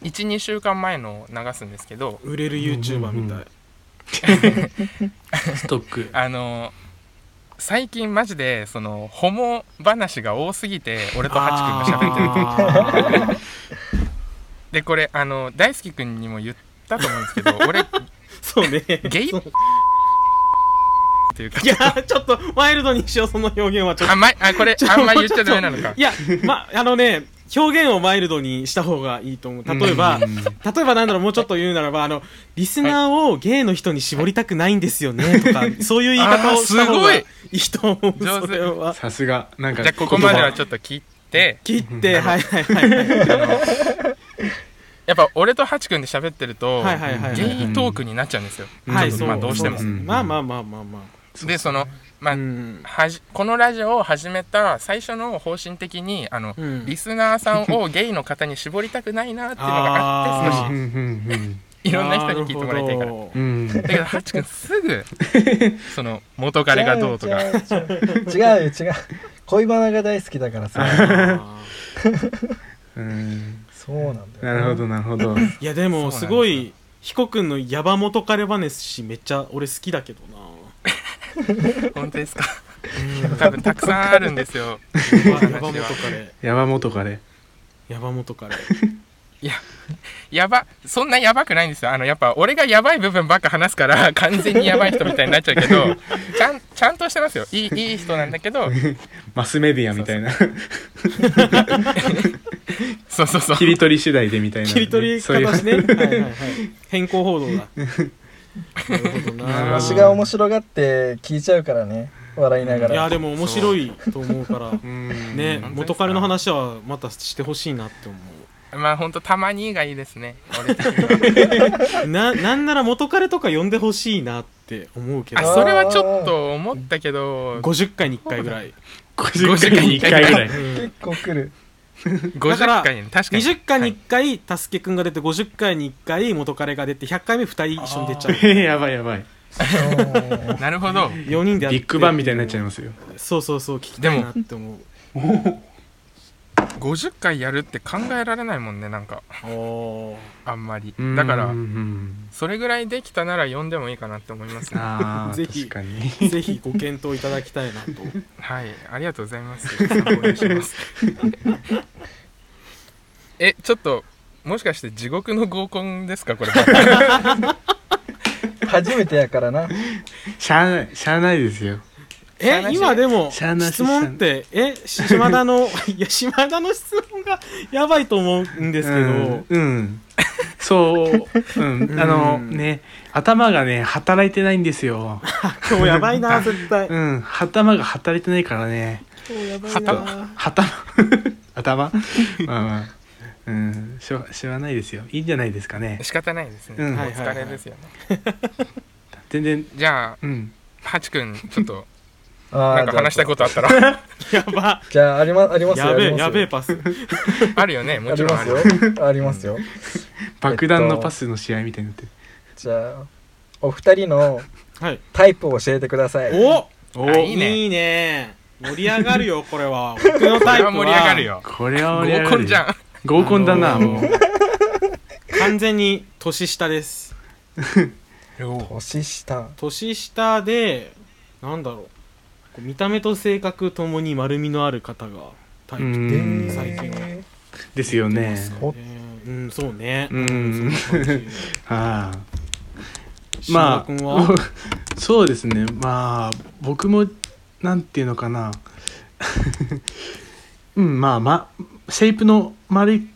[SPEAKER 1] 12週間前のを流すんですけど
[SPEAKER 2] 売れる YouTuber みたい、
[SPEAKER 4] うんうんストック
[SPEAKER 1] あの最近マジでそのホモ話が多すぎて俺とハチ君が喋ってる
[SPEAKER 2] 喋ってる
[SPEAKER 1] でこれあの大輔君にも言ったと思うんですけど
[SPEAKER 2] <laughs>
[SPEAKER 1] 俺
[SPEAKER 2] そうね
[SPEAKER 1] ゲイ
[SPEAKER 2] そう
[SPEAKER 1] っていうか
[SPEAKER 2] いやちょっとワイルドにしようその表現はちょっと
[SPEAKER 1] あ,、ま、あこれ
[SPEAKER 2] ちょ
[SPEAKER 1] あんまり言っちゃダメなのか
[SPEAKER 2] いやまあのね表現をワイルドにした方がいいと思う例えば、
[SPEAKER 4] うん
[SPEAKER 2] 例えばなんだろうもうちょっと言うならばあのリスナーを芸の人に絞りたくないんですよねとか、そういう言い方をした方がいいと思う
[SPEAKER 1] 上手
[SPEAKER 2] それは
[SPEAKER 4] さすがなんか
[SPEAKER 1] じゃあここまでは
[SPEAKER 4] 言葉
[SPEAKER 1] ちょっと切って
[SPEAKER 2] 切ってはいはいはいはい
[SPEAKER 1] やっぱ俺とハチ君で喋ってると、
[SPEAKER 2] はいはいはい
[SPEAKER 1] ゲイトークになっちゃうんですよ、
[SPEAKER 4] うん
[SPEAKER 2] はい
[SPEAKER 1] ちょっ
[SPEAKER 2] そ
[SPEAKER 1] と
[SPEAKER 2] う
[SPEAKER 1] まあどうしても
[SPEAKER 2] そですねまあまあまあまあま
[SPEAKER 1] でその、ま
[SPEAKER 2] あ
[SPEAKER 1] あ
[SPEAKER 2] うん
[SPEAKER 1] はじこのラジオを始めた最初の方針的にあの、
[SPEAKER 2] うん
[SPEAKER 1] リスナーさんをゲイの方に絞りたくないなっていうのがあって
[SPEAKER 2] <laughs> あ
[SPEAKER 1] 少
[SPEAKER 2] ー
[SPEAKER 1] し
[SPEAKER 4] うん
[SPEAKER 1] いろんな人に聞いてもらいたいか
[SPEAKER 2] な
[SPEAKER 1] ら
[SPEAKER 2] るほ
[SPEAKER 4] う
[SPEAKER 2] ど
[SPEAKER 4] んうん
[SPEAKER 1] だけどハチ君す
[SPEAKER 2] <laughs>
[SPEAKER 1] ぐその元彼がどうとか
[SPEAKER 3] 違う違う違う違う恋バナが大好きだからさ
[SPEAKER 2] あ
[SPEAKER 4] うんうん
[SPEAKER 3] そうなんだよ
[SPEAKER 4] なるほどなるほど
[SPEAKER 2] ーいやでもすごい彦君のヤバ元彼話めっちゃ俺好きだけど
[SPEAKER 1] <laughs>
[SPEAKER 2] な
[SPEAKER 1] 本当ですか多分たくさんあるんですよ
[SPEAKER 2] ヤバヤバ元彼
[SPEAKER 4] 山本かね
[SPEAKER 2] ヤバ元彼
[SPEAKER 1] やばそんなやばくないんですよあのやっぱ俺がやばい部分ばっか話すから <laughs> 完全にやばい人みたいになっちゃうけどちゃんちゃんとしてますよいいいい人なんだけど
[SPEAKER 4] マスメディアみたいな
[SPEAKER 1] そうそうそう
[SPEAKER 4] 切り取り次第でみたいな
[SPEAKER 2] 切り取り
[SPEAKER 4] そういう
[SPEAKER 2] 方しねはいはいはい変更報道だなるほどな
[SPEAKER 3] 私が面白がって聞いちゃうからね笑いなが
[SPEAKER 2] いや
[SPEAKER 3] ら
[SPEAKER 2] でも面白いと思うから
[SPEAKER 4] うん
[SPEAKER 2] ね
[SPEAKER 1] うん
[SPEAKER 2] 元彼の話はまたしてほしいなって思
[SPEAKER 1] まあほんとたまにがいいですね俺的に
[SPEAKER 2] うななんなら元彼とか呼んでほしいなって思うけ
[SPEAKER 1] あ
[SPEAKER 2] ど
[SPEAKER 1] それはちょっと思ったけど
[SPEAKER 2] 50回に1回ぐらい
[SPEAKER 4] 50回に1回ぐらい
[SPEAKER 3] 結構来る <laughs>
[SPEAKER 2] だから
[SPEAKER 1] 50回に確かに
[SPEAKER 2] 20回に1回、たすけくんが出て50回に1回元彼が出て100回目2人一緒に出ちゃう
[SPEAKER 4] やばいやばい
[SPEAKER 1] はいなるほど
[SPEAKER 2] 4人でやって
[SPEAKER 4] ビッグバンみたいになっちゃいますよ
[SPEAKER 2] すそうそうそう聞きたいなって思う
[SPEAKER 1] 50回やるって考えられないもんねなんか
[SPEAKER 2] おー
[SPEAKER 1] あんまりだから
[SPEAKER 4] うんうん
[SPEAKER 1] それぐらいできたなら呼んでもいいかなって思いますね
[SPEAKER 4] ああ
[SPEAKER 2] <laughs> ぜひ
[SPEAKER 4] 確かに
[SPEAKER 2] ぜひご検討いただきたいなと
[SPEAKER 1] はい、ありがとうございます。参考にします。 <laughs> え、ちょっと、もしかして地獄の合コンですか、これ。
[SPEAKER 3] 初めてやからな
[SPEAKER 4] しゃあないしゃあないですよ
[SPEAKER 1] しゃあ
[SPEAKER 2] え
[SPEAKER 1] なし
[SPEAKER 2] 今でも
[SPEAKER 4] しゃあなし
[SPEAKER 2] 質問ってえし島田のいや島田の質問が <laughs> やばいと思うんですけど、
[SPEAKER 4] うん、うんそう、うん、あの
[SPEAKER 2] うん
[SPEAKER 4] ね頭がね働いてないんですよ
[SPEAKER 2] 今日やばいな絶対
[SPEAKER 4] うん頭が働いてないからね
[SPEAKER 2] 今日やばい
[SPEAKER 1] 頭
[SPEAKER 2] な
[SPEAKER 4] 頭 <laughs> 頭まあまあうんしょしょうがないですよいいんじゃないですかね
[SPEAKER 1] 仕方ないですね。
[SPEAKER 4] うん
[SPEAKER 1] お疲れですよね。
[SPEAKER 4] 全然
[SPEAKER 1] じゃあ
[SPEAKER 4] うん
[SPEAKER 1] ハチ君ちょっと
[SPEAKER 3] あ
[SPEAKER 1] なんか話したい
[SPEAKER 3] と
[SPEAKER 1] ことあったら
[SPEAKER 2] やば
[SPEAKER 3] じゃあありまありますよ
[SPEAKER 2] や
[SPEAKER 3] あり
[SPEAKER 2] べえ
[SPEAKER 3] ますよ
[SPEAKER 2] やべえパス
[SPEAKER 1] あるよねも
[SPEAKER 3] あ
[SPEAKER 1] ち
[SPEAKER 3] り
[SPEAKER 1] ろん
[SPEAKER 3] ま
[SPEAKER 1] あ
[SPEAKER 3] す
[SPEAKER 1] る
[SPEAKER 3] よ
[SPEAKER 1] よ
[SPEAKER 3] <laughs> ありますよ
[SPEAKER 4] 爆弾のパスの試合みたいになってる、
[SPEAKER 3] じゃあお二人の
[SPEAKER 2] はい
[SPEAKER 3] タイプを教えてください
[SPEAKER 2] お
[SPEAKER 4] お
[SPEAKER 1] あい
[SPEAKER 2] い
[SPEAKER 1] いね
[SPEAKER 2] いね盛り上がるよこれは <laughs> 僕の
[SPEAKER 1] こ
[SPEAKER 2] タイ
[SPEAKER 1] れは
[SPEAKER 2] プは
[SPEAKER 1] 盛り上がるよ
[SPEAKER 4] これは盛り上が
[SPEAKER 1] 合
[SPEAKER 4] る
[SPEAKER 1] コンじゃん
[SPEAKER 4] <laughs> 合コンだな、
[SPEAKER 2] あのー
[SPEAKER 4] もう
[SPEAKER 2] 完全に年下です
[SPEAKER 3] 年下
[SPEAKER 2] 年下でなんだろうこう見た目と性格ともに丸みのある方がタイ
[SPEAKER 4] う
[SPEAKER 2] プ、
[SPEAKER 3] え
[SPEAKER 4] ん
[SPEAKER 2] 最近
[SPEAKER 3] ー
[SPEAKER 4] ですよね
[SPEAKER 3] お
[SPEAKER 2] えーうんそうね
[SPEAKER 4] うん
[SPEAKER 2] そうそう
[SPEAKER 4] ああ
[SPEAKER 2] 島田君は、まあ、
[SPEAKER 4] そうですねまあ僕もなんていうのかな <laughs> うんまあまシェイプの丸い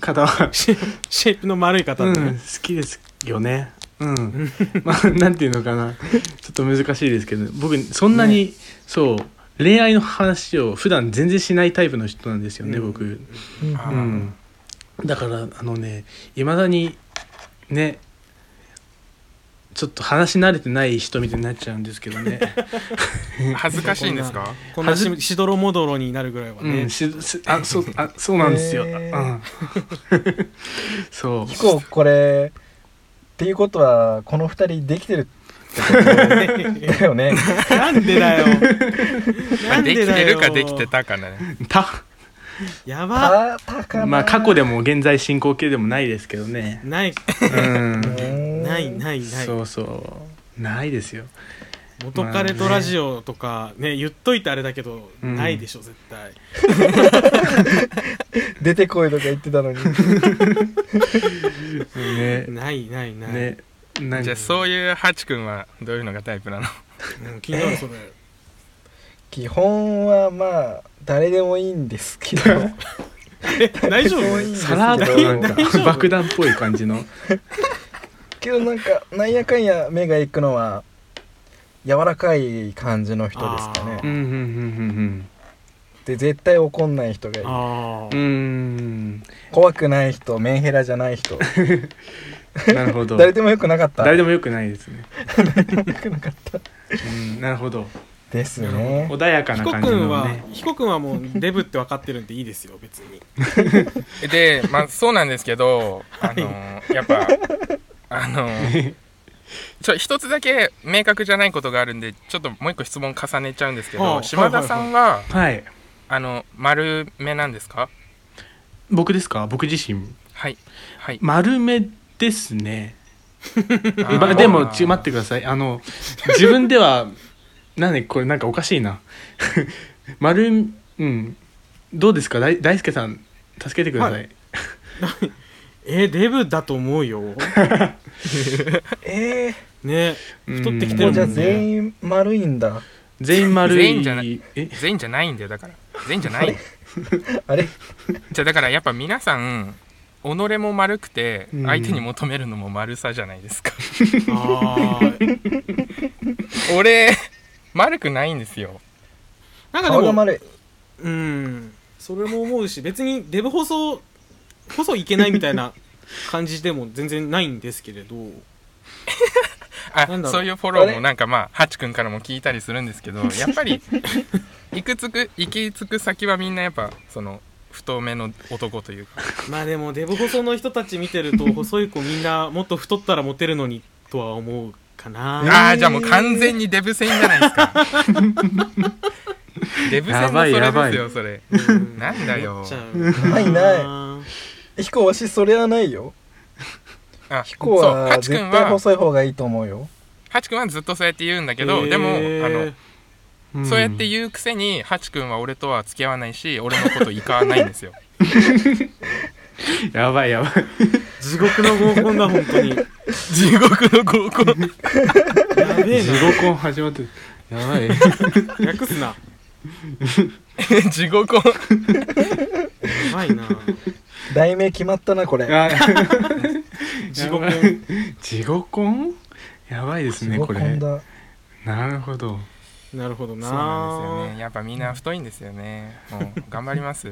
[SPEAKER 4] 方は、
[SPEAKER 2] <laughs> シェイプの丸い方
[SPEAKER 4] う
[SPEAKER 2] ね、
[SPEAKER 4] ん、好きですよねうんまあなんていうのかなちょっと難しいですけど僕そんなに、そう恋愛の話を普段全然しないタイプの人なんですよね、
[SPEAKER 2] うん
[SPEAKER 4] 僕、
[SPEAKER 3] うん
[SPEAKER 1] あ
[SPEAKER 4] う
[SPEAKER 1] ー
[SPEAKER 4] ん、だからあのねいまだにねちょっと話し慣れてない人みたいになっちゃうんですけどね
[SPEAKER 1] 恥ずかしいんですか
[SPEAKER 2] こんな
[SPEAKER 4] は
[SPEAKER 2] ししどろもどろになるぐらいはね、
[SPEAKER 4] うん、ししあそうあそうなんですよ。
[SPEAKER 3] へー
[SPEAKER 4] うん、 <laughs> そう
[SPEAKER 3] 結構これっていうことはこの二人できてるって <laughs> ことだよね
[SPEAKER 2] なんでだよ
[SPEAKER 1] ま
[SPEAKER 2] な
[SPEAKER 1] あ
[SPEAKER 2] ん
[SPEAKER 1] で
[SPEAKER 2] で
[SPEAKER 1] き
[SPEAKER 2] だ
[SPEAKER 1] て
[SPEAKER 2] よ
[SPEAKER 1] るかできてたかね
[SPEAKER 4] た
[SPEAKER 2] やば
[SPEAKER 3] あたかな
[SPEAKER 4] まあ過去でも現在進行形でもないですけどね。
[SPEAKER 2] ない
[SPEAKER 4] うん、
[SPEAKER 3] うん
[SPEAKER 2] ないないない
[SPEAKER 4] そうそうないですよ。
[SPEAKER 2] 元カレとラジオとかね言っといてあれだけど、
[SPEAKER 4] うん
[SPEAKER 2] ないでしょ絶対
[SPEAKER 3] 出てこいとか言ってたのに
[SPEAKER 4] ね
[SPEAKER 2] ないないない、
[SPEAKER 4] ねなんか
[SPEAKER 1] じゃあそういうハチ君はどういうのがタイプなの
[SPEAKER 2] うん、気になるそれ
[SPEAKER 3] 基本はまあ誰でもいいんですけど
[SPEAKER 2] え大丈夫
[SPEAKER 3] どういいんです
[SPEAKER 4] さらっとなん
[SPEAKER 2] 大丈
[SPEAKER 4] か
[SPEAKER 2] 夫
[SPEAKER 4] 爆弾っぽい感じの。
[SPEAKER 3] けどなんかなんやかんや目がいくのは柔らかい感じの人ですか
[SPEAKER 2] あー
[SPEAKER 4] うん
[SPEAKER 3] ね
[SPEAKER 4] うんうん
[SPEAKER 3] で絶対怒んない人がいい
[SPEAKER 2] あ
[SPEAKER 4] うんうん。うん
[SPEAKER 3] 怖くない人メンヘラじゃない人
[SPEAKER 4] なるほど。
[SPEAKER 3] 誰でもよくなかった
[SPEAKER 4] 誰でもよくないですね。うんなるほど。
[SPEAKER 3] ですね
[SPEAKER 4] 穏やか
[SPEAKER 2] あ
[SPEAKER 4] な
[SPEAKER 2] 彦
[SPEAKER 4] 感じ
[SPEAKER 2] 君
[SPEAKER 4] の
[SPEAKER 2] は
[SPEAKER 4] ね。
[SPEAKER 2] 彦君はもうデブって分かってるんでいいですよ別に
[SPEAKER 1] でまあそうなんですけどあのやっぱあのちょ一つだけ明確じゃないことがあるんでちょっともう一個質問重ねちゃうんですけ
[SPEAKER 2] は
[SPEAKER 1] ど
[SPEAKER 2] あ
[SPEAKER 1] 島田さんは
[SPEAKER 4] はい。
[SPEAKER 1] あの丸めなんですか
[SPEAKER 4] 僕ですか僕自身
[SPEAKER 1] はいはい
[SPEAKER 4] 丸めですね
[SPEAKER 1] あー
[SPEAKER 4] までもち待ってくださいあの自分では <laughs> なんでこれなんかおかしいな <laughs> 丸うんどうですか大大輔さん助けてください、
[SPEAKER 2] はえデブだと思うよ
[SPEAKER 3] ええ
[SPEAKER 2] ね
[SPEAKER 4] うん
[SPEAKER 2] 太ってき
[SPEAKER 3] ー、
[SPEAKER 2] てる
[SPEAKER 3] も
[SPEAKER 2] も
[SPEAKER 3] うんじゃあ
[SPEAKER 2] ね
[SPEAKER 3] 全員丸いんだ
[SPEAKER 4] 全員丸い
[SPEAKER 1] 全員じゃない
[SPEAKER 4] え
[SPEAKER 1] 全員じゃないんだよだから全員じゃない
[SPEAKER 3] あれ
[SPEAKER 1] じゃあだからやっぱ皆さん己も丸くて
[SPEAKER 4] うん
[SPEAKER 1] 相手に求めるのも丸さじゃないですか、
[SPEAKER 2] <laughs> あー
[SPEAKER 1] 俺丸くないんですよ
[SPEAKER 2] なんか
[SPEAKER 3] 顔
[SPEAKER 2] で
[SPEAKER 3] が
[SPEAKER 2] も
[SPEAKER 3] 丸い
[SPEAKER 2] うんそれも思うし別にデブ細細いけないみたいな <laughs> 感じでも全然ないんですけれど
[SPEAKER 1] あ
[SPEAKER 2] なんだろう
[SPEAKER 1] そういうフォロ
[SPEAKER 3] あ
[SPEAKER 1] ーも
[SPEAKER 3] れ
[SPEAKER 1] なんかまあハチ君からも聞いたりするんですけ
[SPEAKER 2] <laughs>
[SPEAKER 1] どやっぱり行くつく行き着く先はみんなやっぱその太めの男というか
[SPEAKER 2] まあでもデブ細の人たち見てると細い子みんなもっと太ったらモテるのにとは思うかな
[SPEAKER 1] ああじゃあもう完全にデブ戦じゃないです
[SPEAKER 2] <laughs>
[SPEAKER 1] かデブ戦のそれ
[SPEAKER 4] や
[SPEAKER 1] で
[SPEAKER 4] ばい
[SPEAKER 1] す
[SPEAKER 4] や
[SPEAKER 1] よそれ
[SPEAKER 2] うん
[SPEAKER 1] なんだよ
[SPEAKER 2] 思っちゃう
[SPEAKER 3] ないな彦わしそれはないよ
[SPEAKER 1] あ
[SPEAKER 3] 彦
[SPEAKER 1] そう
[SPEAKER 3] は
[SPEAKER 1] ハチ
[SPEAKER 3] 絶
[SPEAKER 1] 君
[SPEAKER 3] 対
[SPEAKER 1] は
[SPEAKER 3] 細い方がいいと思うよ
[SPEAKER 1] ハチ君はずっとそうやって言うんだけど、
[SPEAKER 2] へー
[SPEAKER 1] でもあの
[SPEAKER 4] ん
[SPEAKER 1] そうやって言うくせに、ハチ君は俺とは付き合わないし、俺のこといかわないん
[SPEAKER 2] <laughs>
[SPEAKER 1] ですよ。
[SPEAKER 4] やばいやばい
[SPEAKER 2] 地獄の合コンだ本当にや
[SPEAKER 1] 地獄の合コン。
[SPEAKER 2] べえ
[SPEAKER 4] <laughs> 地獄音始まってるやばい
[SPEAKER 2] な略すな
[SPEAKER 1] 地獄
[SPEAKER 2] やばいな
[SPEAKER 3] 題名決まったなこれ
[SPEAKER 1] <laughs>
[SPEAKER 4] <laughs> あ
[SPEAKER 2] 地獄
[SPEAKER 4] やばい地獄音やばいですね
[SPEAKER 3] 地
[SPEAKER 4] こ
[SPEAKER 3] 獄
[SPEAKER 4] れ
[SPEAKER 3] だ
[SPEAKER 4] なるほど
[SPEAKER 2] なるほどな
[SPEAKER 1] そうなんですよね。やっぱみんな太いんですよ <laughs> ね。もう頑張ります。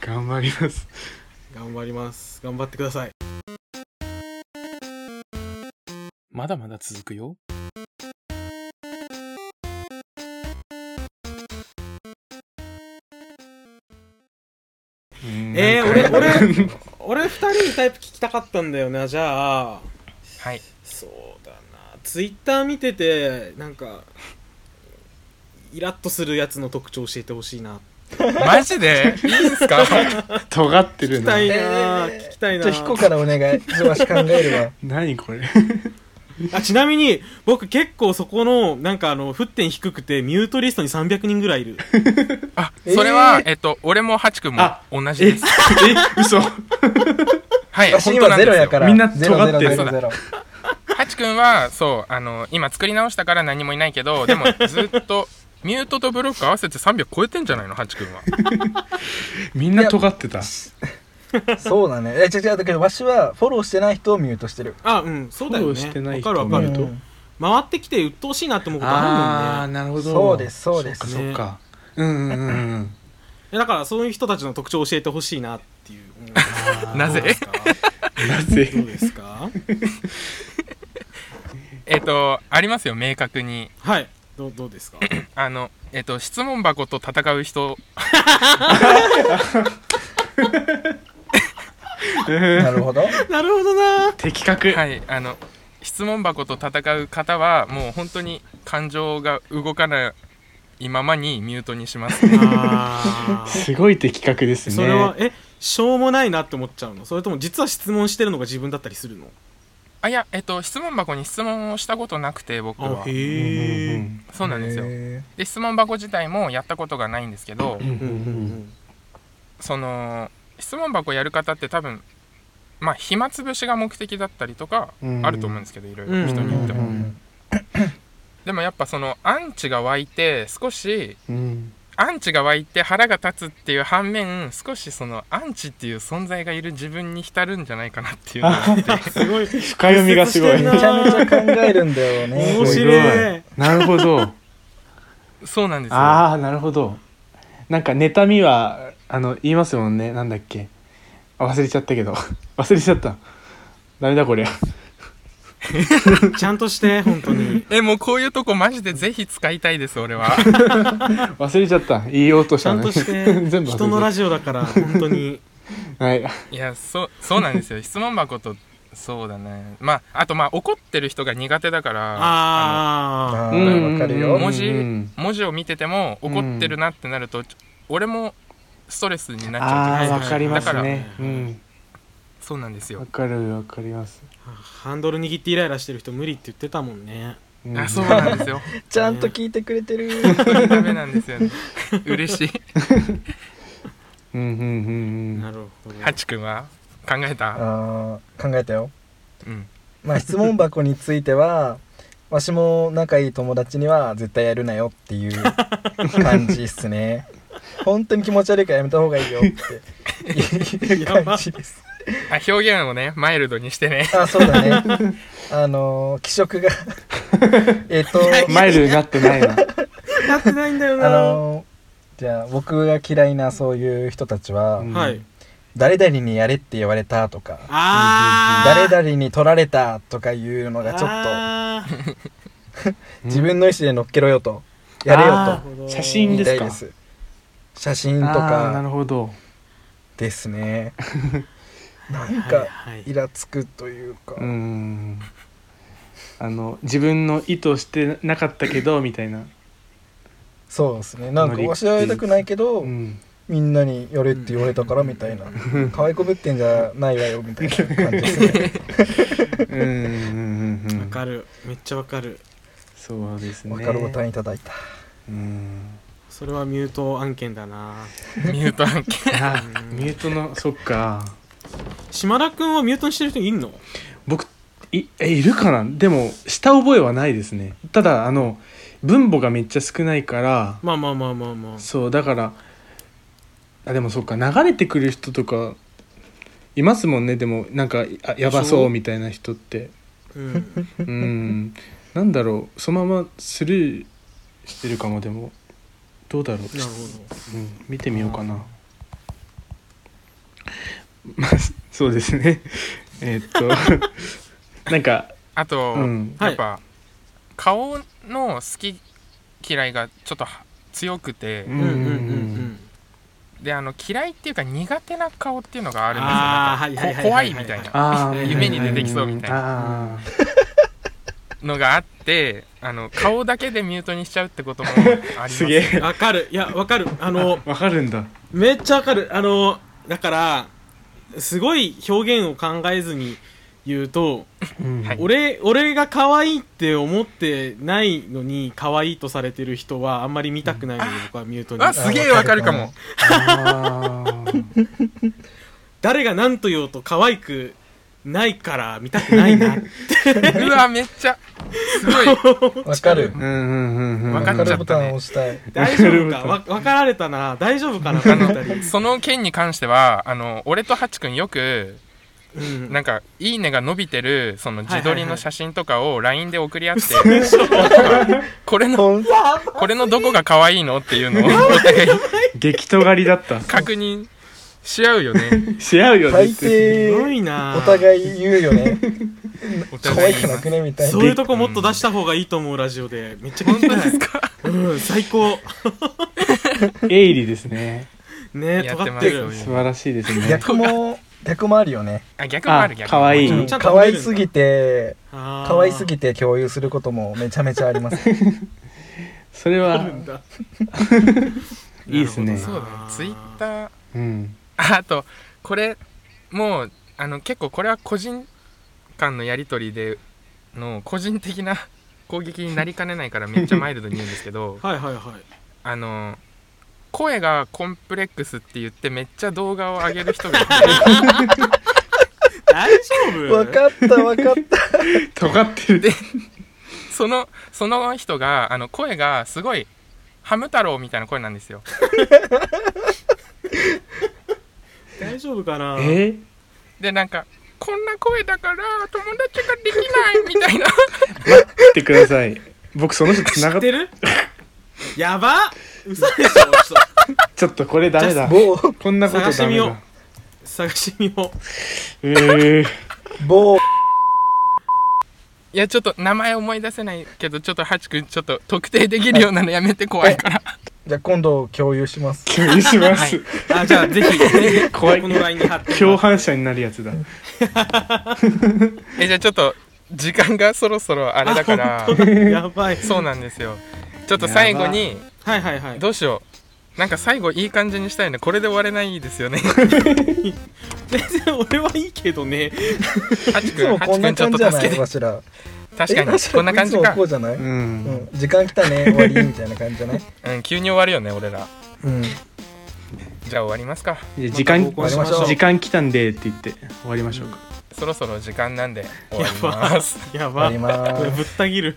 [SPEAKER 4] 頑張ります
[SPEAKER 2] 頑張ります頑張ってください
[SPEAKER 4] まだまだ続くよ。
[SPEAKER 2] えー
[SPEAKER 4] なんか
[SPEAKER 2] 俺俺
[SPEAKER 4] <laughs>
[SPEAKER 2] 2人にタイプ聞きたかったんだよなじゃあ
[SPEAKER 1] はい
[SPEAKER 2] そうだなツイッター見ててなんかイラッとするやつの特徴教えてほしいな
[SPEAKER 1] <laughs> マジでいいんすか
[SPEAKER 4] 尖って
[SPEAKER 2] 聞
[SPEAKER 4] る
[SPEAKER 2] きた
[SPEAKER 4] な。
[SPEAKER 2] いな、
[SPEAKER 3] えー
[SPEAKER 2] 聞きたい
[SPEAKER 3] じゃ
[SPEAKER 2] な
[SPEAKER 3] あヒコからお願い忙し考えるわ
[SPEAKER 4] 何これ。
[SPEAKER 2] あちなみに僕結構そこのなんかあの沸点低くてミュートリストに300人ぐらいい
[SPEAKER 4] <laughs>
[SPEAKER 2] る
[SPEAKER 1] あそれは、え
[SPEAKER 3] え
[SPEAKER 1] っと俺もハチ君も
[SPEAKER 4] あ
[SPEAKER 1] 同じ
[SPEAKER 4] え、え
[SPEAKER 1] です、
[SPEAKER 4] <laughs> 嘘。
[SPEAKER 1] はい本
[SPEAKER 3] 私
[SPEAKER 1] 当
[SPEAKER 3] 今
[SPEAKER 1] なん
[SPEAKER 3] ゼ
[SPEAKER 1] で
[SPEAKER 3] ロ
[SPEAKER 1] す
[SPEAKER 3] や
[SPEAKER 1] よ
[SPEAKER 3] から
[SPEAKER 4] みんな
[SPEAKER 3] ゼロ
[SPEAKER 4] 尖ってる
[SPEAKER 3] ゼロゼロゼロ
[SPEAKER 1] ハチ君はそうあの今作り直したから何もいないけどでもずっと <laughs> ミュートとブロック合わせて300超えてんじゃないのハチ君は
[SPEAKER 4] みんな尖ってた。
[SPEAKER 3] そうだねえ違う違うだけどわしはフォローしてない人をミュートしてる
[SPEAKER 2] あうんそうだよ
[SPEAKER 4] フォ
[SPEAKER 2] ね
[SPEAKER 4] ローしてない
[SPEAKER 2] わ
[SPEAKER 4] 人
[SPEAKER 2] かるわか
[SPEAKER 4] ミュ
[SPEAKER 2] る
[SPEAKER 4] ート
[SPEAKER 3] うん
[SPEAKER 2] 回ってきて鬱陶しいなって思うことあるも
[SPEAKER 4] あ
[SPEAKER 2] んね
[SPEAKER 4] ー、なるほど。
[SPEAKER 3] そうですそうです
[SPEAKER 4] そっかそっか。うんうんうんうん。
[SPEAKER 2] えだからそういう人たちの特徴を教えてほしいなっていう思います
[SPEAKER 4] <laughs>
[SPEAKER 1] なぜ
[SPEAKER 2] どうですか
[SPEAKER 4] なぜ
[SPEAKER 2] どうです
[SPEAKER 4] <laughs>
[SPEAKER 2] か
[SPEAKER 1] えっとありますよ明確に
[SPEAKER 2] はいどうどうですか <coughs>
[SPEAKER 1] あのえっと質問箱と戦う人
[SPEAKER 2] <laughs>
[SPEAKER 3] なるほど
[SPEAKER 2] なるほどな
[SPEAKER 4] 的
[SPEAKER 2] <laughs>
[SPEAKER 4] 確。
[SPEAKER 1] はいあの質問箱と戦う方はもう本当に感情が動かないままにミュートにします
[SPEAKER 2] <laughs>
[SPEAKER 1] ね
[SPEAKER 2] あー
[SPEAKER 4] すごい的確です
[SPEAKER 2] <laughs>
[SPEAKER 4] ね。
[SPEAKER 2] それはえしょうもないなって思っちゃうのそれとも実は質問してるのが自分だったりするの
[SPEAKER 1] あいやえっと質問箱に質問をしたことなくて僕は
[SPEAKER 4] うんうんう
[SPEAKER 2] え
[SPEAKER 4] ん
[SPEAKER 1] そうなんですよ
[SPEAKER 3] へ
[SPEAKER 1] で質問箱自体もやったことがないんですけど、
[SPEAKER 4] うんうん
[SPEAKER 1] その質問箱やる方って多分まあ暇つぶしが目的だったりとか
[SPEAKER 4] うん
[SPEAKER 1] あると思うんですけど、いろいろ
[SPEAKER 2] うん
[SPEAKER 1] 人によって
[SPEAKER 3] ー
[SPEAKER 1] も、でもやっぱそのアンチが湧いて少し
[SPEAKER 4] うんうん
[SPEAKER 1] アンチが湧いて腹が立つっていう反面少しそのアンチっていう存在がいる自分に浸るんじゃないかなっていうのがあって
[SPEAKER 2] <laughs> すごい
[SPEAKER 4] 深読みがすごい
[SPEAKER 2] 屈折してんな
[SPEAKER 3] めちゃめちゃ考えるんだよね
[SPEAKER 2] 面白い
[SPEAKER 4] なるほど。
[SPEAKER 1] <laughs> そうなんですよ
[SPEAKER 4] ああ、なるほど。なんか妬みは、あの、言いますもんね。なんだっけ。あ忘れちゃったけど。 <laughs> 忘れちゃった。ダメだこれ。 <laughs>
[SPEAKER 2] ちゃんとして本当に
[SPEAKER 1] えもうこういうとこマジでぜひ使いたいです俺は
[SPEAKER 4] 忘れちゃった。言いようとし
[SPEAKER 2] ちゃ
[SPEAKER 4] た
[SPEAKER 2] ん
[SPEAKER 4] の
[SPEAKER 2] と
[SPEAKER 4] に。
[SPEAKER 2] して
[SPEAKER 4] <laughs> 全部
[SPEAKER 2] 人の
[SPEAKER 4] 忘れ
[SPEAKER 2] ラ
[SPEAKER 4] ち
[SPEAKER 2] ジオだから本当
[SPEAKER 4] <laughs>
[SPEAKER 2] に
[SPEAKER 4] ゃった。はい。
[SPEAKER 1] いやそう <laughs> そうなんですよ質問箱とそうだねまああとまあ怒ってる人が苦手だからの
[SPEAKER 2] あ
[SPEAKER 3] あ
[SPEAKER 4] うんうんう
[SPEAKER 3] ー
[SPEAKER 4] ん
[SPEAKER 3] わかるよ
[SPEAKER 1] 文字、
[SPEAKER 4] うん
[SPEAKER 1] 文字を見てても怒ってるなってなると、ちょ俺もストレスになっちゃう時
[SPEAKER 4] ああ、
[SPEAKER 1] が
[SPEAKER 4] わ
[SPEAKER 1] る
[SPEAKER 4] かります
[SPEAKER 1] だから
[SPEAKER 4] ね。うん。
[SPEAKER 1] そうなんです
[SPEAKER 4] わ
[SPEAKER 1] よ
[SPEAKER 4] かる、わかります。
[SPEAKER 2] あハンドル握ってイライラしてる人無理って言ってたもんね
[SPEAKER 4] うん
[SPEAKER 1] あそうなんですよ
[SPEAKER 3] ちゃんと聞いてくれて
[SPEAKER 4] <laughs>
[SPEAKER 3] る
[SPEAKER 1] ダメなんですよね嬉しい
[SPEAKER 4] うんうんうんう。
[SPEAKER 2] なんるほど
[SPEAKER 1] ハチ君は考えた
[SPEAKER 3] あー考えたよ
[SPEAKER 1] うん
[SPEAKER 3] まあ質問箱については <laughs> わしも仲いい友達には絶対やるなよって
[SPEAKER 4] <laughs>
[SPEAKER 3] いう感じっすね本当に気持ち悪いからやめた方がいいよっていう感じです
[SPEAKER 1] あ表現をねマイルドにして
[SPEAKER 2] <laughs>
[SPEAKER 1] ね
[SPEAKER 3] あそうだ
[SPEAKER 4] <laughs>
[SPEAKER 3] ねあのー気色がえっと
[SPEAKER 4] マイルになってないな。
[SPEAKER 2] やってないんだよ
[SPEAKER 3] あ
[SPEAKER 2] な
[SPEAKER 3] のーじゃあ僕が嫌いなそういう人たちは、
[SPEAKER 4] うん
[SPEAKER 2] はい
[SPEAKER 3] 誰々にやれって言われたとか
[SPEAKER 2] ああ
[SPEAKER 3] 誰々に取られたとかいうのがちょっ
[SPEAKER 2] っと
[SPEAKER 3] と自分の意思で乗っけろよとやれよ
[SPEAKER 4] あ
[SPEAKER 3] と
[SPEAKER 4] ー写真
[SPEAKER 3] み
[SPEAKER 4] で
[SPEAKER 3] た
[SPEAKER 4] す
[SPEAKER 3] い
[SPEAKER 4] か
[SPEAKER 3] です写真と
[SPEAKER 4] あーなる
[SPEAKER 3] か
[SPEAKER 4] ほど
[SPEAKER 3] ですねなん
[SPEAKER 2] はい
[SPEAKER 3] か
[SPEAKER 2] はい
[SPEAKER 3] イラつくというか、
[SPEAKER 4] うーんあの自分の意図してなかったけどみたいな、
[SPEAKER 3] そうですねなんかわしはやりたくないけど、
[SPEAKER 4] うん、
[SPEAKER 3] みんなにやれって言われたからみたいな <laughs> 可愛こぶってんじゃないわよみたいな感じですね
[SPEAKER 4] うんうんうんう
[SPEAKER 2] わ
[SPEAKER 4] ん
[SPEAKER 2] かるめっちゃわかる
[SPEAKER 4] そうですね
[SPEAKER 3] わかるボタンいただいた
[SPEAKER 4] うん
[SPEAKER 2] それはミュート案件だな
[SPEAKER 1] ミュート案件
[SPEAKER 4] あミュートのそっか
[SPEAKER 2] 島田君はミュートにしてる人いんの
[SPEAKER 4] 僕いえいるかなでもした覚えはないですねただあの分母がめっちゃ少ないから
[SPEAKER 2] まあまあまあまあまあ
[SPEAKER 4] そうだからあでもそっか流れてくる人とかいますもんねでもなんかあやばそうみたいな人って
[SPEAKER 2] うん
[SPEAKER 4] うんなんだろうそのままスルーしてるかもでもどうだろう
[SPEAKER 2] なるほ
[SPEAKER 4] うん、見てみようかな <laughs> まあそうですねえーっと <laughs> なんか
[SPEAKER 1] あと、
[SPEAKER 4] うん
[SPEAKER 1] やっぱ、顔の好き嫌いがちょっとは強くて、
[SPEAKER 4] う
[SPEAKER 2] うんんうんうん
[SPEAKER 1] であの嫌いっていうか苦手な顔っていうのがあるんですよ
[SPEAKER 2] あー
[SPEAKER 1] なんか
[SPEAKER 2] はいはいはいは
[SPEAKER 1] こ
[SPEAKER 2] い
[SPEAKER 1] 怖いみたいな
[SPEAKER 4] あ
[SPEAKER 2] ー
[SPEAKER 4] あ
[SPEAKER 2] 夢に出
[SPEAKER 1] てきそうみたい
[SPEAKER 4] なあ
[SPEAKER 1] のがあってあ
[SPEAKER 2] <laughs>
[SPEAKER 1] の顔だけでミュートにしちゃうってこともありま
[SPEAKER 4] ー
[SPEAKER 1] す
[SPEAKER 4] すげ
[SPEAKER 2] うん
[SPEAKER 4] え
[SPEAKER 2] わかるいやわかるあの
[SPEAKER 4] わかるんだ
[SPEAKER 2] めっちゃわかるあのだからすごい表現を考えずに言うと
[SPEAKER 4] うん
[SPEAKER 1] はい
[SPEAKER 2] 俺俺が可愛いって思ってないのに可愛いとされてる人はあんまり見たくないので僕はミュートに
[SPEAKER 1] あすげえわかるかも
[SPEAKER 4] あー
[SPEAKER 2] 誰が何と言おうと可愛くないから見たくないな
[SPEAKER 1] うわめっちゃすごい
[SPEAKER 3] わかる
[SPEAKER 4] うんうんうんうん
[SPEAKER 1] わか
[SPEAKER 3] わ
[SPEAKER 1] っちゃ
[SPEAKER 3] か
[SPEAKER 1] った
[SPEAKER 3] るボタンを押したい
[SPEAKER 2] 大丈夫かわ分かられたな大丈夫かなこの二人
[SPEAKER 1] その件に関してはあの俺とハチ君よく
[SPEAKER 2] うん
[SPEAKER 1] なんか「いいね」が伸びてるその自撮りの写真とかを LINE で送り合って、これの
[SPEAKER 3] ほん
[SPEAKER 1] これのどこが可愛いのっていうのをお互い
[SPEAKER 4] 激とがりだった
[SPEAKER 1] 確認し合うよね
[SPEAKER 4] し合うよ
[SPEAKER 3] 最
[SPEAKER 4] ね
[SPEAKER 2] すご
[SPEAKER 3] 低
[SPEAKER 2] いな
[SPEAKER 3] お互い言うよね
[SPEAKER 1] お
[SPEAKER 3] 可
[SPEAKER 1] 互
[SPEAKER 3] 愛
[SPEAKER 1] い
[SPEAKER 3] くなくねみたい
[SPEAKER 2] そう
[SPEAKER 3] な
[SPEAKER 2] いうとこもっと出した方がいいと思うラジオでめっちゃ聞
[SPEAKER 1] 本
[SPEAKER 2] き
[SPEAKER 1] 当で
[SPEAKER 2] たい
[SPEAKER 1] すか
[SPEAKER 2] うん最高
[SPEAKER 4] 鋭利ですね
[SPEAKER 2] ね
[SPEAKER 1] や
[SPEAKER 2] え
[SPEAKER 1] って
[SPEAKER 2] 尖っ
[SPEAKER 1] ます
[SPEAKER 2] て
[SPEAKER 1] よ
[SPEAKER 2] る
[SPEAKER 1] ね
[SPEAKER 4] 素晴らしいですね
[SPEAKER 3] 逆も逆もあるよね
[SPEAKER 1] あ逆もある
[SPEAKER 4] あ
[SPEAKER 1] 逆
[SPEAKER 4] 可愛い
[SPEAKER 1] もある
[SPEAKER 2] ちゃんと
[SPEAKER 3] 可愛すぎて
[SPEAKER 2] あー
[SPEAKER 3] 可愛すぎて共有することもめちゃめちゃあります
[SPEAKER 1] <laughs>
[SPEAKER 4] それ
[SPEAKER 2] あ
[SPEAKER 4] は
[SPEAKER 2] るん <laughs> だ
[SPEAKER 4] いいですね
[SPEAKER 1] そうだねツイッター
[SPEAKER 4] うん
[SPEAKER 1] ああとこれもうあの結構これは個人間のやり取りでの個人的な攻撃になりかねないからめっちゃマイルドに言うんですけ
[SPEAKER 2] <laughs>
[SPEAKER 1] ど
[SPEAKER 2] はいはいはい
[SPEAKER 1] あの声がコンプレックスって言ってめっちゃ動画を上げる人がいて
[SPEAKER 2] 大丈夫
[SPEAKER 3] わかったわかった
[SPEAKER 1] <laughs>
[SPEAKER 4] 尖ってる
[SPEAKER 1] そのその人があの声がすごいハム太郎みたいな声なんですよ。
[SPEAKER 2] 大丈夫かな
[SPEAKER 4] え
[SPEAKER 1] でなんかこんな声だから友達ができないみたいな <laughs>
[SPEAKER 4] 待ってください僕その人つな
[SPEAKER 2] 知
[SPEAKER 4] が
[SPEAKER 2] っ
[SPEAKER 4] って
[SPEAKER 2] てるやば嘘でしょちょっ
[SPEAKER 4] ちょっとこれダメだ
[SPEAKER 3] 某
[SPEAKER 4] こんなこ
[SPEAKER 2] 探
[SPEAKER 4] と
[SPEAKER 2] して
[SPEAKER 4] ダ
[SPEAKER 2] み
[SPEAKER 4] メ
[SPEAKER 2] よう
[SPEAKER 4] だ
[SPEAKER 2] 探してみよ
[SPEAKER 4] えー
[SPEAKER 3] 某
[SPEAKER 1] いやちょっと名前思い出せないけどちょっとハチ君ちょっと特定できるようなのやめて怖いから
[SPEAKER 3] じゃあ今度共有します
[SPEAKER 4] 共有します
[SPEAKER 2] うあじゃあぜひぜひ
[SPEAKER 4] 怖い
[SPEAKER 2] この LINE に貼って
[SPEAKER 4] 共犯者になるやつだ
[SPEAKER 1] えじゃあちょっと時間がそろそろあれだから
[SPEAKER 2] やばい
[SPEAKER 1] そうなんですよちょっと最後に
[SPEAKER 2] はいはいはい
[SPEAKER 1] どうしようなんか最後いい感じにしたいねこれで終われないです <laughs> よね
[SPEAKER 2] 全然俺はいいけどね
[SPEAKER 1] ハチ
[SPEAKER 3] いつ
[SPEAKER 1] 君
[SPEAKER 3] も
[SPEAKER 1] ハ
[SPEAKER 3] こ
[SPEAKER 1] チ
[SPEAKER 3] んな
[SPEAKER 1] 君ちょっ
[SPEAKER 3] 感じじ
[SPEAKER 1] と
[SPEAKER 3] ゃな
[SPEAKER 1] 助
[SPEAKER 3] い
[SPEAKER 1] けて
[SPEAKER 3] わしら
[SPEAKER 1] 確か
[SPEAKER 3] えわ
[SPEAKER 1] に
[SPEAKER 3] しら
[SPEAKER 1] こんな感じ
[SPEAKER 3] いつ
[SPEAKER 1] か
[SPEAKER 3] もこうじゃないううんん時間来たね終わりみたいな感じじゃない
[SPEAKER 1] うん急に終わるよね俺ら
[SPEAKER 3] うん
[SPEAKER 1] じゃあ終わりますか
[SPEAKER 4] じゃあ時間
[SPEAKER 2] また合コンしましょう
[SPEAKER 4] 時間来たんでって言って終わりましょうか
[SPEAKER 1] そろそろ時間なんで終わります
[SPEAKER 2] や
[SPEAKER 3] 終わ
[SPEAKER 2] ば
[SPEAKER 3] り
[SPEAKER 2] い
[SPEAKER 3] ま
[SPEAKER 2] これ
[SPEAKER 3] す
[SPEAKER 2] ぶった切る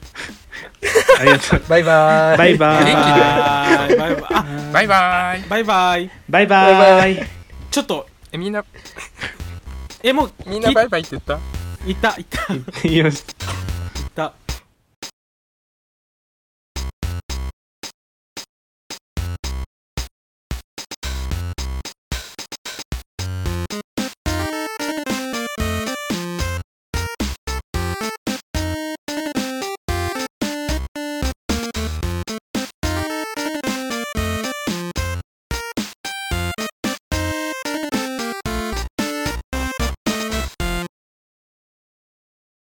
[SPEAKER 4] ありがとう
[SPEAKER 3] バイバーイ
[SPEAKER 4] バイバ
[SPEAKER 1] 元気で
[SPEAKER 4] ーイ
[SPEAKER 2] バイバイあ
[SPEAKER 1] バイバイ
[SPEAKER 2] バイバイ
[SPEAKER 4] バイバーイ
[SPEAKER 2] ちょっと
[SPEAKER 1] えみんな
[SPEAKER 2] えもう
[SPEAKER 1] みんな
[SPEAKER 2] き
[SPEAKER 1] バイバイって言った
[SPEAKER 2] いったいった
[SPEAKER 4] よし